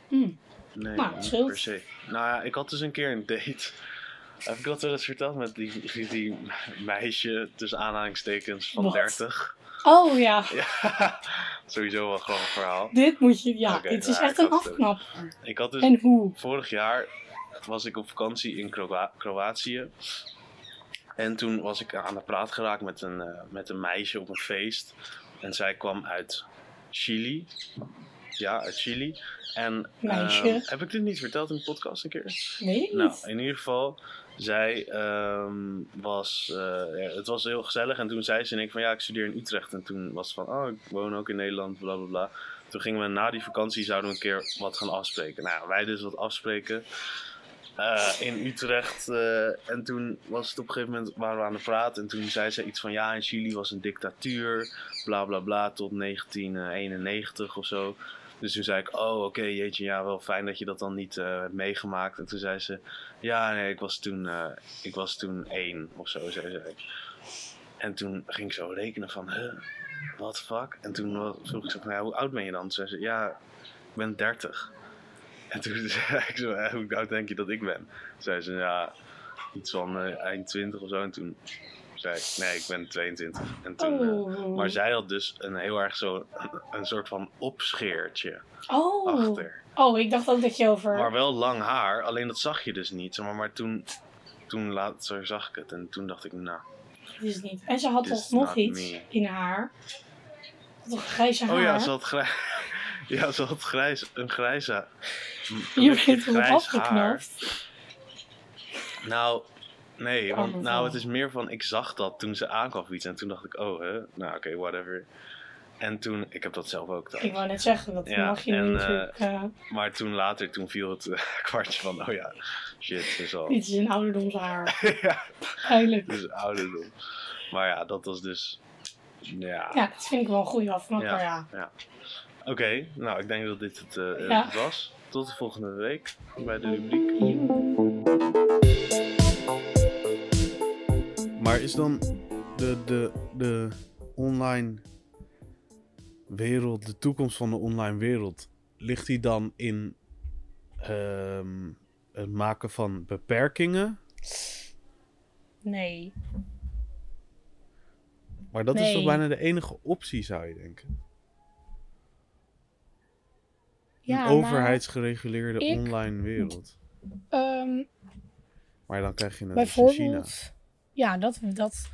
[SPEAKER 2] Hmm.
[SPEAKER 1] Nee,
[SPEAKER 2] Nou,
[SPEAKER 1] niet
[SPEAKER 2] scheelt.
[SPEAKER 1] per se. Nou ja, ik had dus een keer een date. *laughs* Heb ik dat wel eens verteld met die, die, die meisje tussen aanhalingstekens van
[SPEAKER 2] Wat?
[SPEAKER 1] 30?
[SPEAKER 2] Oh ja,
[SPEAKER 1] Ja, sowieso wel gewoon een verhaal.
[SPEAKER 2] dit moet je. Ja,
[SPEAKER 1] Oké,
[SPEAKER 2] dit is
[SPEAKER 1] nou,
[SPEAKER 2] echt
[SPEAKER 1] ik
[SPEAKER 2] een
[SPEAKER 1] had het ook.
[SPEAKER 2] afknap.
[SPEAKER 1] Ik had dus
[SPEAKER 2] En hoe?
[SPEAKER 1] vorig jaar was ik op vakantie in Kroa- Kroatië. En toen was ik aan de praat geraakt met een, eh, met een meisje op een feest. En zij kwam uit Chili. Ja, uit Chili. En
[SPEAKER 2] Meisje.
[SPEAKER 1] ehm, heb ik dit niet verteld in de podcast een keer?
[SPEAKER 2] Weet ik
[SPEAKER 1] Nou,
[SPEAKER 2] niet.
[SPEAKER 1] in ieder geval, zij ehm, was, eh, ja, het was heel gezellig. En toen zei ze en ik van ja, ik studeer in Utrecht. En toen was het van, oh, ik woon ook in Nederland, bla bla bla. Toen gingen we na die vakantie, zouden we een keer wat gaan afspreken. Nou, ja, wij dus wat afspreken eh, in Utrecht. eh, en toen was het op een gegeven moment, waren we aan de praat. En toen zei ze iets van ja, in Chili was een dictatuur, bla bla bla, tot 1991 of zo. Dus toen zei ik, oh oké, jeetje, ja, wel fijn dat je dat dan niet eh, hebt meegemaakt. En toen zei ze, ja, nee, ik was toen, eh, ik was toen één of zo, zei ze. En toen ging ik zo rekenen van, huh, what the fuck? En toen wa- vroeg ik zo van, ja, hoe oud ben je dan? Toen zei ze, ja, ik ben 30. En toen *laughs* zei ik zo, eh, hoe oud denk je dat ik ben? Toen zei ze, ja, iets van eh, eind 20 of zo. En toen zei ik, nee, ik ben 22. En toen, eh,
[SPEAKER 2] Oh.
[SPEAKER 1] maar zij had dus een heel erg zo, een soort van opscheertje
[SPEAKER 2] oh.
[SPEAKER 1] achter.
[SPEAKER 2] oh, ik dacht ook dat je over.
[SPEAKER 1] Maar wel lang haar, alleen dat zag je dus niet. Zeg maar, maar toen, toen later zag ik het en toen dacht ik, nou.
[SPEAKER 2] Dit is niet. En ze had
[SPEAKER 1] This
[SPEAKER 2] toch
[SPEAKER 1] is
[SPEAKER 2] nog
[SPEAKER 1] not
[SPEAKER 2] iets
[SPEAKER 1] me.
[SPEAKER 2] in haar? Ze had Toch grijze haar?
[SPEAKER 1] Oh ja, ze had grijs. *laughs* Ja, ze had grijs, een grijze. een
[SPEAKER 2] Je
[SPEAKER 1] beetje
[SPEAKER 2] bent erop
[SPEAKER 1] grijs haar.
[SPEAKER 2] afgeknapt.
[SPEAKER 1] Nou, nee, want,
[SPEAKER 2] Arme
[SPEAKER 1] nou,
[SPEAKER 2] vrouw.
[SPEAKER 1] het is meer van ik zag dat toen ze aankwam fietsen en toen dacht ik, oh, hè, nou oké, whatever. En toen, ik heb dat zelf ook
[SPEAKER 2] Ik
[SPEAKER 1] dan.
[SPEAKER 2] wou net zeggen, dat
[SPEAKER 1] Ja,
[SPEAKER 2] mag je
[SPEAKER 1] en,
[SPEAKER 2] nu natuurlijk. eh,
[SPEAKER 1] Maar toen later, toen viel het eh, *laughs* kwartje van, oh ja, shit, ze
[SPEAKER 2] *laughs*
[SPEAKER 1] is al.
[SPEAKER 2] dit is een ouderdomshaar.
[SPEAKER 1] *laughs* ja,
[SPEAKER 2] Pijnlijk.
[SPEAKER 1] dus ouderdom. Maar ja, dat was dus. Ja.
[SPEAKER 2] Ja, dat vind ik wel een goede afknapper, ja.
[SPEAKER 1] Oké, nou ik denk dat dit het eh, eh,
[SPEAKER 2] Ja.
[SPEAKER 1] was. Tot de volgende week bij de rubriek.
[SPEAKER 3] Maar is dan de, de, de online wereld, de toekomst van de online wereld, ligt die dan in ehm, het maken van beperkingen?
[SPEAKER 2] Nee.
[SPEAKER 3] Maar dat is toch
[SPEAKER 2] Nee.
[SPEAKER 3] bijna de enige optie, zou je denken?
[SPEAKER 2] Ja,
[SPEAKER 3] een overheidsgereguleerde
[SPEAKER 2] ik-
[SPEAKER 3] online wereld.
[SPEAKER 2] maar, ehm,
[SPEAKER 3] Maar dan krijg je een dus China.
[SPEAKER 2] bijvoorbeeld. Ja, dat, dat.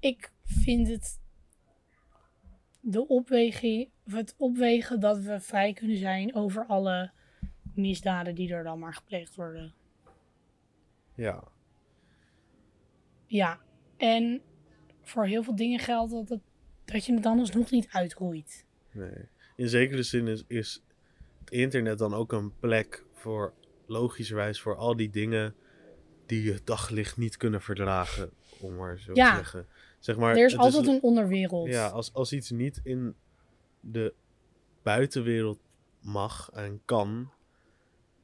[SPEAKER 2] Ik vind het. De opweging. Of het opwegen dat we vrij kunnen zijn over alle misdaden die er dan maar gepleegd worden.
[SPEAKER 3] Ja.
[SPEAKER 2] Ja, en voor heel veel dingen geldt dat, het, dat je het dan alsnog niet uitroeit.
[SPEAKER 3] Nee. In zekere zin is, is het internet dan ook een plek voor, logischerwijs, voor al die dingen die het daglicht niet kunnen verdragen, om maar zo
[SPEAKER 2] Ja.
[SPEAKER 3] te zeggen. Zeg maar,
[SPEAKER 2] er is
[SPEAKER 3] het
[SPEAKER 2] altijd een onderwereld.
[SPEAKER 3] Ja, als, als iets niet in de buitenwereld mag en kan,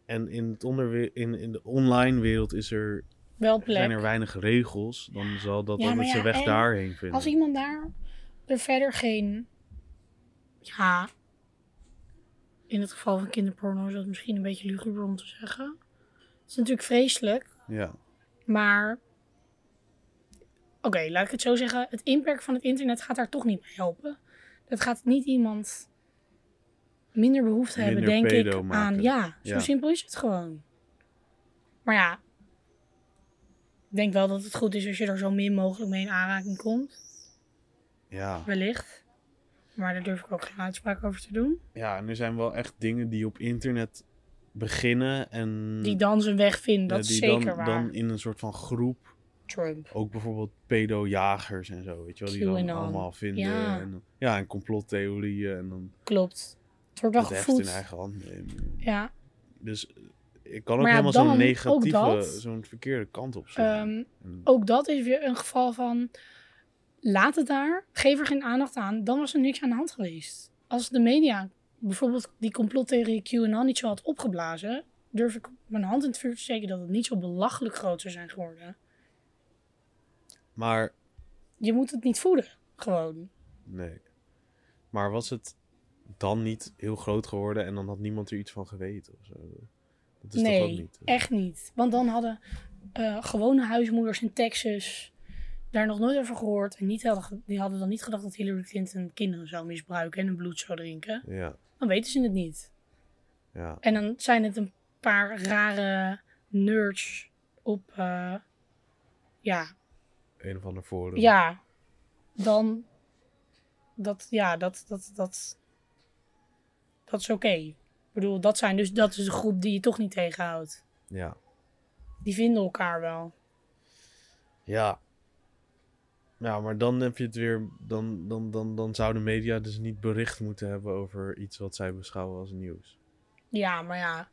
[SPEAKER 3] en in, het onderwe- in, in de online wereld is er,
[SPEAKER 2] Wel plek.
[SPEAKER 3] zijn er weinig regels, dan zal dat
[SPEAKER 2] Ja,
[SPEAKER 3] dan
[SPEAKER 2] maar
[SPEAKER 3] zijn
[SPEAKER 2] ja,
[SPEAKER 3] weg
[SPEAKER 2] en
[SPEAKER 3] daarheen vinden.
[SPEAKER 2] Als iemand daar er verder geen. Ja. In het geval van kinderporno is dat misschien een beetje luguber om te zeggen. Het is natuurlijk vreselijk,
[SPEAKER 3] Ja,
[SPEAKER 2] maar. Oké, laat ik het zo zeggen. Het inperken van het internet gaat daar toch niet bij helpen. Dat gaat niet iemand minder behoefte hebben,
[SPEAKER 3] Minder
[SPEAKER 2] denk ik,
[SPEAKER 3] pedo maken.
[SPEAKER 2] aan. Ja, zo
[SPEAKER 3] Ja.
[SPEAKER 2] simpel is het gewoon. Maar ja, ik denk wel dat het goed is als je er zo min mogelijk mee in aanraking komt.
[SPEAKER 3] ja.
[SPEAKER 2] Wellicht. Maar daar durf ik ook geen uitspraak over te doen.
[SPEAKER 3] Ja, en er zijn wel echt dingen die op internet beginnen en
[SPEAKER 2] Die dan zijn weg vinden,
[SPEAKER 3] ja,
[SPEAKER 2] dat is
[SPEAKER 3] die
[SPEAKER 2] zeker
[SPEAKER 3] dan,
[SPEAKER 2] waar.
[SPEAKER 3] dan in een soort van groep,
[SPEAKER 2] Trump.
[SPEAKER 3] ook bijvoorbeeld pedojagers en zo, weet je wel, die dan
[SPEAKER 2] QAnon.
[SPEAKER 3] allemaal vinden.
[SPEAKER 2] Ja.
[SPEAKER 3] En, ja, en complottheorieën en dan
[SPEAKER 2] Klopt. Het wordt wel
[SPEAKER 3] het heft in
[SPEAKER 2] gevoed.
[SPEAKER 3] eigen hand nemen.
[SPEAKER 2] Ja.
[SPEAKER 3] Dus eh, ik kan ook
[SPEAKER 2] Maar ja,
[SPEAKER 3] helemaal zo'n
[SPEAKER 2] dan, ook
[SPEAKER 3] negatieve,
[SPEAKER 2] dat.
[SPEAKER 3] zo'n verkeerde kant op slaan.
[SPEAKER 2] ehm,
[SPEAKER 3] En-
[SPEAKER 2] ook dat is weer een geval van... Laat het daar. Geef er geen aandacht aan. Dan was er niks aan de hand geweest. Als de media bijvoorbeeld die complottheorie QAnon niet zo had opgeblazen, durf ik mijn hand in het vuur te steken dat het niet zo belachelijk groot zou zijn geworden.
[SPEAKER 1] Maar
[SPEAKER 2] Je moet het niet voelen, gewoon.
[SPEAKER 1] nee. Maar was het dan niet heel groot geworden en dan had niemand er iets van geweten of zo? Dat is
[SPEAKER 2] nee,
[SPEAKER 1] toch ook niet.
[SPEAKER 3] eh,
[SPEAKER 1] eh.
[SPEAKER 2] echt niet. Want dan hadden eh, gewone huismoeders in Texas daar nog nooit over gehoord. En niet hadden, ge- die hadden dan niet gedacht dat Hillary Clinton kinderen zou misbruiken en hun bloed zou drinken.
[SPEAKER 1] Ja,
[SPEAKER 2] Dan weten ze het niet.
[SPEAKER 1] ja.
[SPEAKER 2] En dan zijn het een paar rare nerds op, eh, ja,
[SPEAKER 1] Een of ander forum.
[SPEAKER 2] ja, dan, dat, ja, dat, dat, dat, dat is oké. Ik bedoel, dat zijn dus, dat is een groep die je toch niet tegenhoudt.
[SPEAKER 1] Ja.
[SPEAKER 2] Die vinden elkaar wel.
[SPEAKER 1] Ja. Ja, maar dan heb je het weer. Dan, dan, dan, dan zou de media dus niet bericht moeten hebben over iets wat zij beschouwen als nieuws.
[SPEAKER 2] Ja, maar ja.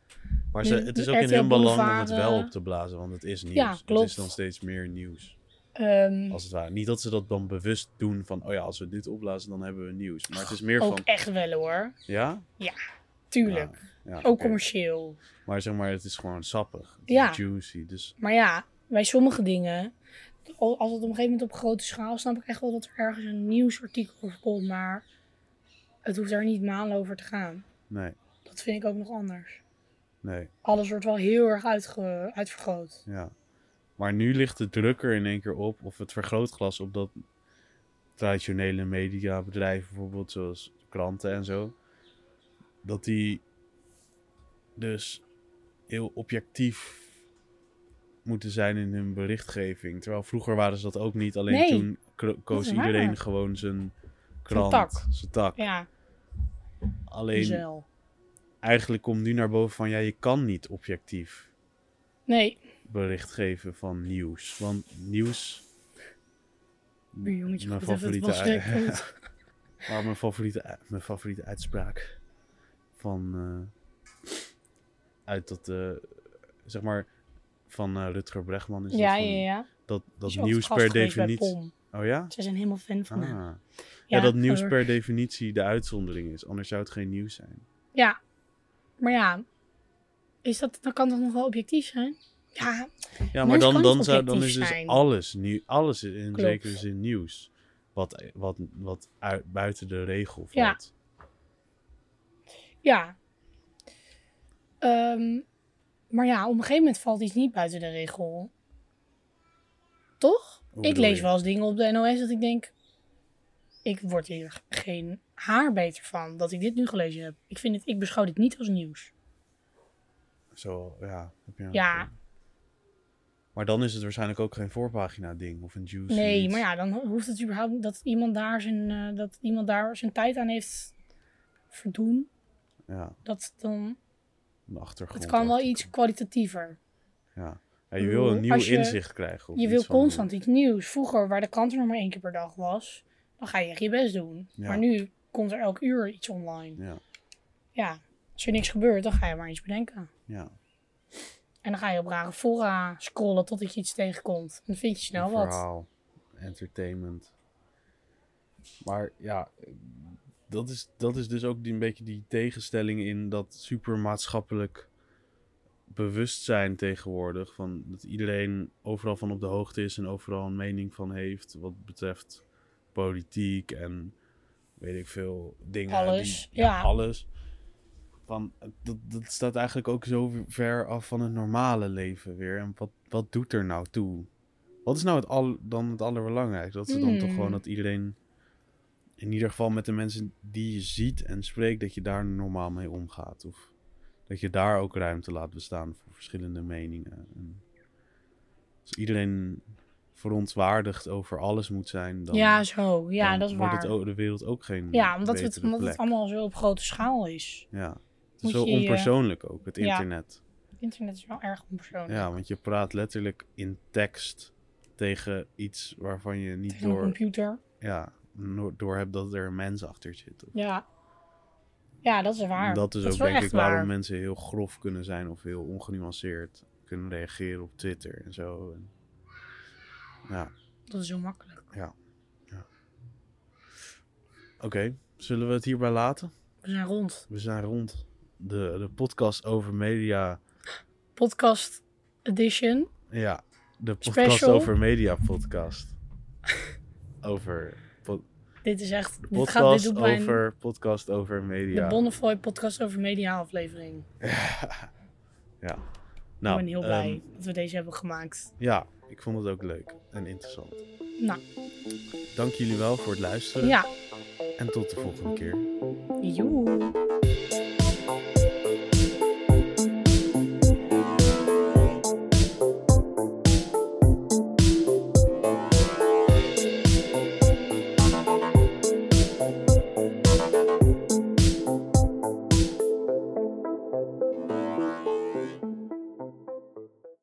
[SPEAKER 1] Maar ze,
[SPEAKER 2] Ja,
[SPEAKER 1] het is
[SPEAKER 2] de
[SPEAKER 1] ook in
[SPEAKER 2] RTL
[SPEAKER 1] hun belang om het
[SPEAKER 2] Boulevard,
[SPEAKER 1] wel
[SPEAKER 2] eh,
[SPEAKER 1] op te blazen, want het is nieuws. Het
[SPEAKER 2] klopt.
[SPEAKER 1] is dan steeds meer nieuws.
[SPEAKER 2] ehm,
[SPEAKER 1] Als het ware. Niet dat ze dat dan bewust doen van, oh ja, als we dit opblazen, dan hebben we nieuws. Maar het is meer
[SPEAKER 2] ook
[SPEAKER 1] van,
[SPEAKER 2] echt wel hoor.
[SPEAKER 1] ja?
[SPEAKER 2] Tuurlijk.
[SPEAKER 1] Ja,
[SPEAKER 2] ook
[SPEAKER 1] oké.
[SPEAKER 2] commercieel.
[SPEAKER 1] Maar zeg maar, het is gewoon sappig. Het
[SPEAKER 2] Ja.
[SPEAKER 1] is juicy. Dus
[SPEAKER 2] Maar ja, bij sommige dingen, al- als het op een gegeven moment op grote schaal, snap ik echt wel dat er ergens een nieuwsartikel over komt. Maar het hoeft daar niet maanden over te gaan.
[SPEAKER 1] nee,
[SPEAKER 2] Dat vind ik ook nog anders.
[SPEAKER 1] nee,
[SPEAKER 2] Alles wordt wel heel erg uitge- uitvergroot.
[SPEAKER 1] ja. Maar nu ligt de drukker in één keer op, of het vergrootglas op dat traditionele mediabedrijven, bijvoorbeeld zoals kranten en zo, dat die dus heel objectief moeten zijn in hun berichtgeving. Terwijl vroeger waren ze dat ook niet, alleen
[SPEAKER 2] Nee,
[SPEAKER 1] toen kro- koos
[SPEAKER 2] is waar.
[SPEAKER 1] iedereen gewoon zijn krant,
[SPEAKER 2] tak.
[SPEAKER 1] zijn tak.
[SPEAKER 2] Ja, dus
[SPEAKER 1] Alleen
[SPEAKER 2] gezel.
[SPEAKER 1] eigenlijk komt nu naar boven van ja, je kan niet objectief
[SPEAKER 2] Nee,
[SPEAKER 1] bericht geven van nieuws. Want nieuws.
[SPEAKER 2] buurjongetje,
[SPEAKER 1] mijn
[SPEAKER 2] goed even het
[SPEAKER 1] favoriete,
[SPEAKER 2] wasrek.
[SPEAKER 1] *laughs* ui- maar mijn, favoriete, mijn favoriete uitspraak van. eh, uit dat. eh, zeg maar. Van eh, Rutger Bregman is
[SPEAKER 2] Ja, ja,
[SPEAKER 1] dat, van-
[SPEAKER 2] ja.
[SPEAKER 1] dat, dat
[SPEAKER 2] Die is ook
[SPEAKER 1] nieuws
[SPEAKER 2] gast
[SPEAKER 1] per
[SPEAKER 2] geweest bij
[SPEAKER 1] definitie.
[SPEAKER 2] Pom.
[SPEAKER 1] Oh ja?
[SPEAKER 2] Ze zijn helemaal fan van
[SPEAKER 1] Ah.
[SPEAKER 2] hem.
[SPEAKER 1] Ja, dat
[SPEAKER 2] van
[SPEAKER 1] nieuws
[SPEAKER 2] Rutger.
[SPEAKER 1] per definitie de uitzondering is. Anders zou het geen nieuws zijn.
[SPEAKER 2] Ja, maar ja, is dat, dan kan dat nog wel objectief zijn? Ja,
[SPEAKER 1] Ja, maar
[SPEAKER 2] Nieuws
[SPEAKER 1] dan,
[SPEAKER 2] kan
[SPEAKER 1] dan,
[SPEAKER 2] niet
[SPEAKER 1] zou, dan is
[SPEAKER 2] objectief
[SPEAKER 1] dus
[SPEAKER 2] zijn.
[SPEAKER 1] alles, nieuw, alles is in
[SPEAKER 2] Klopt.
[SPEAKER 1] zekere zin nieuws. Wat, wat, wat uit, buiten de regel valt.
[SPEAKER 2] ja. Ehm, maar ja, op een gegeven moment valt iets niet buiten de regel. Toch?
[SPEAKER 1] Hoe
[SPEAKER 2] ik
[SPEAKER 1] bedoel
[SPEAKER 2] lees
[SPEAKER 1] je?
[SPEAKER 2] wel eens dingen op de NOS dat ik denk, ik word hier geen haar beter van dat ik dit nu gelezen heb. Ik, vind het, ik beschouw dit niet als nieuws.
[SPEAKER 1] Zo, ja. Heb je een
[SPEAKER 2] Ja.
[SPEAKER 1] punt. Maar dan is het waarschijnlijk ook geen voorpagina ding of een juice.
[SPEAKER 2] Nee,
[SPEAKER 1] iets.
[SPEAKER 2] maar ja, dan ho- hoeft het überhaupt dat iemand daar zijn, eh, dat iemand daar zijn tijd aan heeft verdoen.
[SPEAKER 1] Ja,
[SPEAKER 2] Dat dan
[SPEAKER 1] een achtergrond.
[SPEAKER 2] Het kan wel iets kwalitatiever.
[SPEAKER 1] Ja. Ja, je wil een
[SPEAKER 2] bedoel,
[SPEAKER 1] nieuw
[SPEAKER 2] als je-
[SPEAKER 1] inzicht krijgen. of
[SPEAKER 2] Je
[SPEAKER 1] iets
[SPEAKER 2] wil
[SPEAKER 1] van-
[SPEAKER 2] constant iets nieuws. Vroeger, waar de krant er nog maar één keer per dag was, dan ga je echt je best doen.
[SPEAKER 1] Ja.
[SPEAKER 2] Maar nu komt er elk uur iets online.
[SPEAKER 1] Ja,
[SPEAKER 2] Ja, als er niks gebeurt, dan ga je maar iets bedenken.
[SPEAKER 1] ja.
[SPEAKER 2] En dan ga je op rare fora scrollen totdat je iets tegenkomt. En dan vind je snel
[SPEAKER 1] een
[SPEAKER 2] wat.
[SPEAKER 1] verhaal, entertainment. Maar ja, dat is, dat is dus ook die, een beetje die tegenstelling in dat supermaatschappelijk bewustzijn tegenwoordig. Van dat iedereen overal van op de hoogte is en overal een mening van heeft wat betreft politiek en weet ik veel dingen.
[SPEAKER 2] Alles,
[SPEAKER 1] die-
[SPEAKER 2] ja.
[SPEAKER 1] Alles. Van, dat, dat staat eigenlijk ook zo ver af van het normale leven weer. En wat, wat doet er nou toe? Wat is nou het al, dan het allerbelangrijkste? Dat ze dan toch
[SPEAKER 2] Hmm.
[SPEAKER 1] gewoon dat iedereen, in ieder geval met de mensen die je ziet en spreekt, dat je daar normaal mee omgaat. Of dat je daar ook ruimte laat bestaan voor verschillende meningen. En als iedereen verontwaardigd over alles moet zijn, dan,
[SPEAKER 2] ja, zo. Ja,
[SPEAKER 1] dan
[SPEAKER 2] dat is
[SPEAKER 1] wordt het
[SPEAKER 2] waar.
[SPEAKER 1] ook- de wereld ook geen
[SPEAKER 2] ja, omdat, we het,
[SPEAKER 1] betere
[SPEAKER 2] omdat het
[SPEAKER 1] plek.
[SPEAKER 2] allemaal zo op grote schaal is.
[SPEAKER 1] Ja, het is
[SPEAKER 2] Moet
[SPEAKER 1] zo
[SPEAKER 2] je je-
[SPEAKER 1] onpersoonlijk ook, het
[SPEAKER 2] Ja.
[SPEAKER 1] internet.
[SPEAKER 2] Internet is wel erg onpersoonlijk.
[SPEAKER 1] Ja, want je praat letterlijk in tekst tegen iets waarvan je niet
[SPEAKER 2] Tegen een
[SPEAKER 1] door
[SPEAKER 2] computer.
[SPEAKER 1] ja, no- doorheb dat er een mens achter zit.
[SPEAKER 2] Ja. Ja, dat is waar.
[SPEAKER 1] Dat is ook
[SPEAKER 2] wel
[SPEAKER 1] denk
[SPEAKER 2] echt
[SPEAKER 1] ik waarom
[SPEAKER 2] waar.
[SPEAKER 1] mensen heel grof kunnen zijn of heel ongenuanceerd kunnen reageren op Twitter en zo. En, ja,
[SPEAKER 2] Dat is heel makkelijk.
[SPEAKER 1] oké. Zullen we het hierbij laten?
[SPEAKER 2] We We zijn rond.
[SPEAKER 1] We zijn rond. De, de podcast over media.
[SPEAKER 2] Podcast edition.
[SPEAKER 1] Ja, de podcast
[SPEAKER 2] Special.
[SPEAKER 1] over media podcast. *laughs* over po-
[SPEAKER 2] Dit is echt... Dit, gaat, dit
[SPEAKER 1] podcast
[SPEAKER 2] doet mijn...
[SPEAKER 1] over podcast over media.
[SPEAKER 2] De Bonnefoy podcast over media aflevering.
[SPEAKER 1] *laughs* ja.
[SPEAKER 2] ik
[SPEAKER 1] Nou,
[SPEAKER 2] ben heel
[SPEAKER 1] ehm,
[SPEAKER 2] blij dat we deze hebben gemaakt.
[SPEAKER 1] ja, ik vond het ook leuk en interessant.
[SPEAKER 2] Nou,
[SPEAKER 1] eh. Dank jullie wel voor het luisteren
[SPEAKER 2] ja.
[SPEAKER 1] en tot de volgende keer.
[SPEAKER 2] Joe.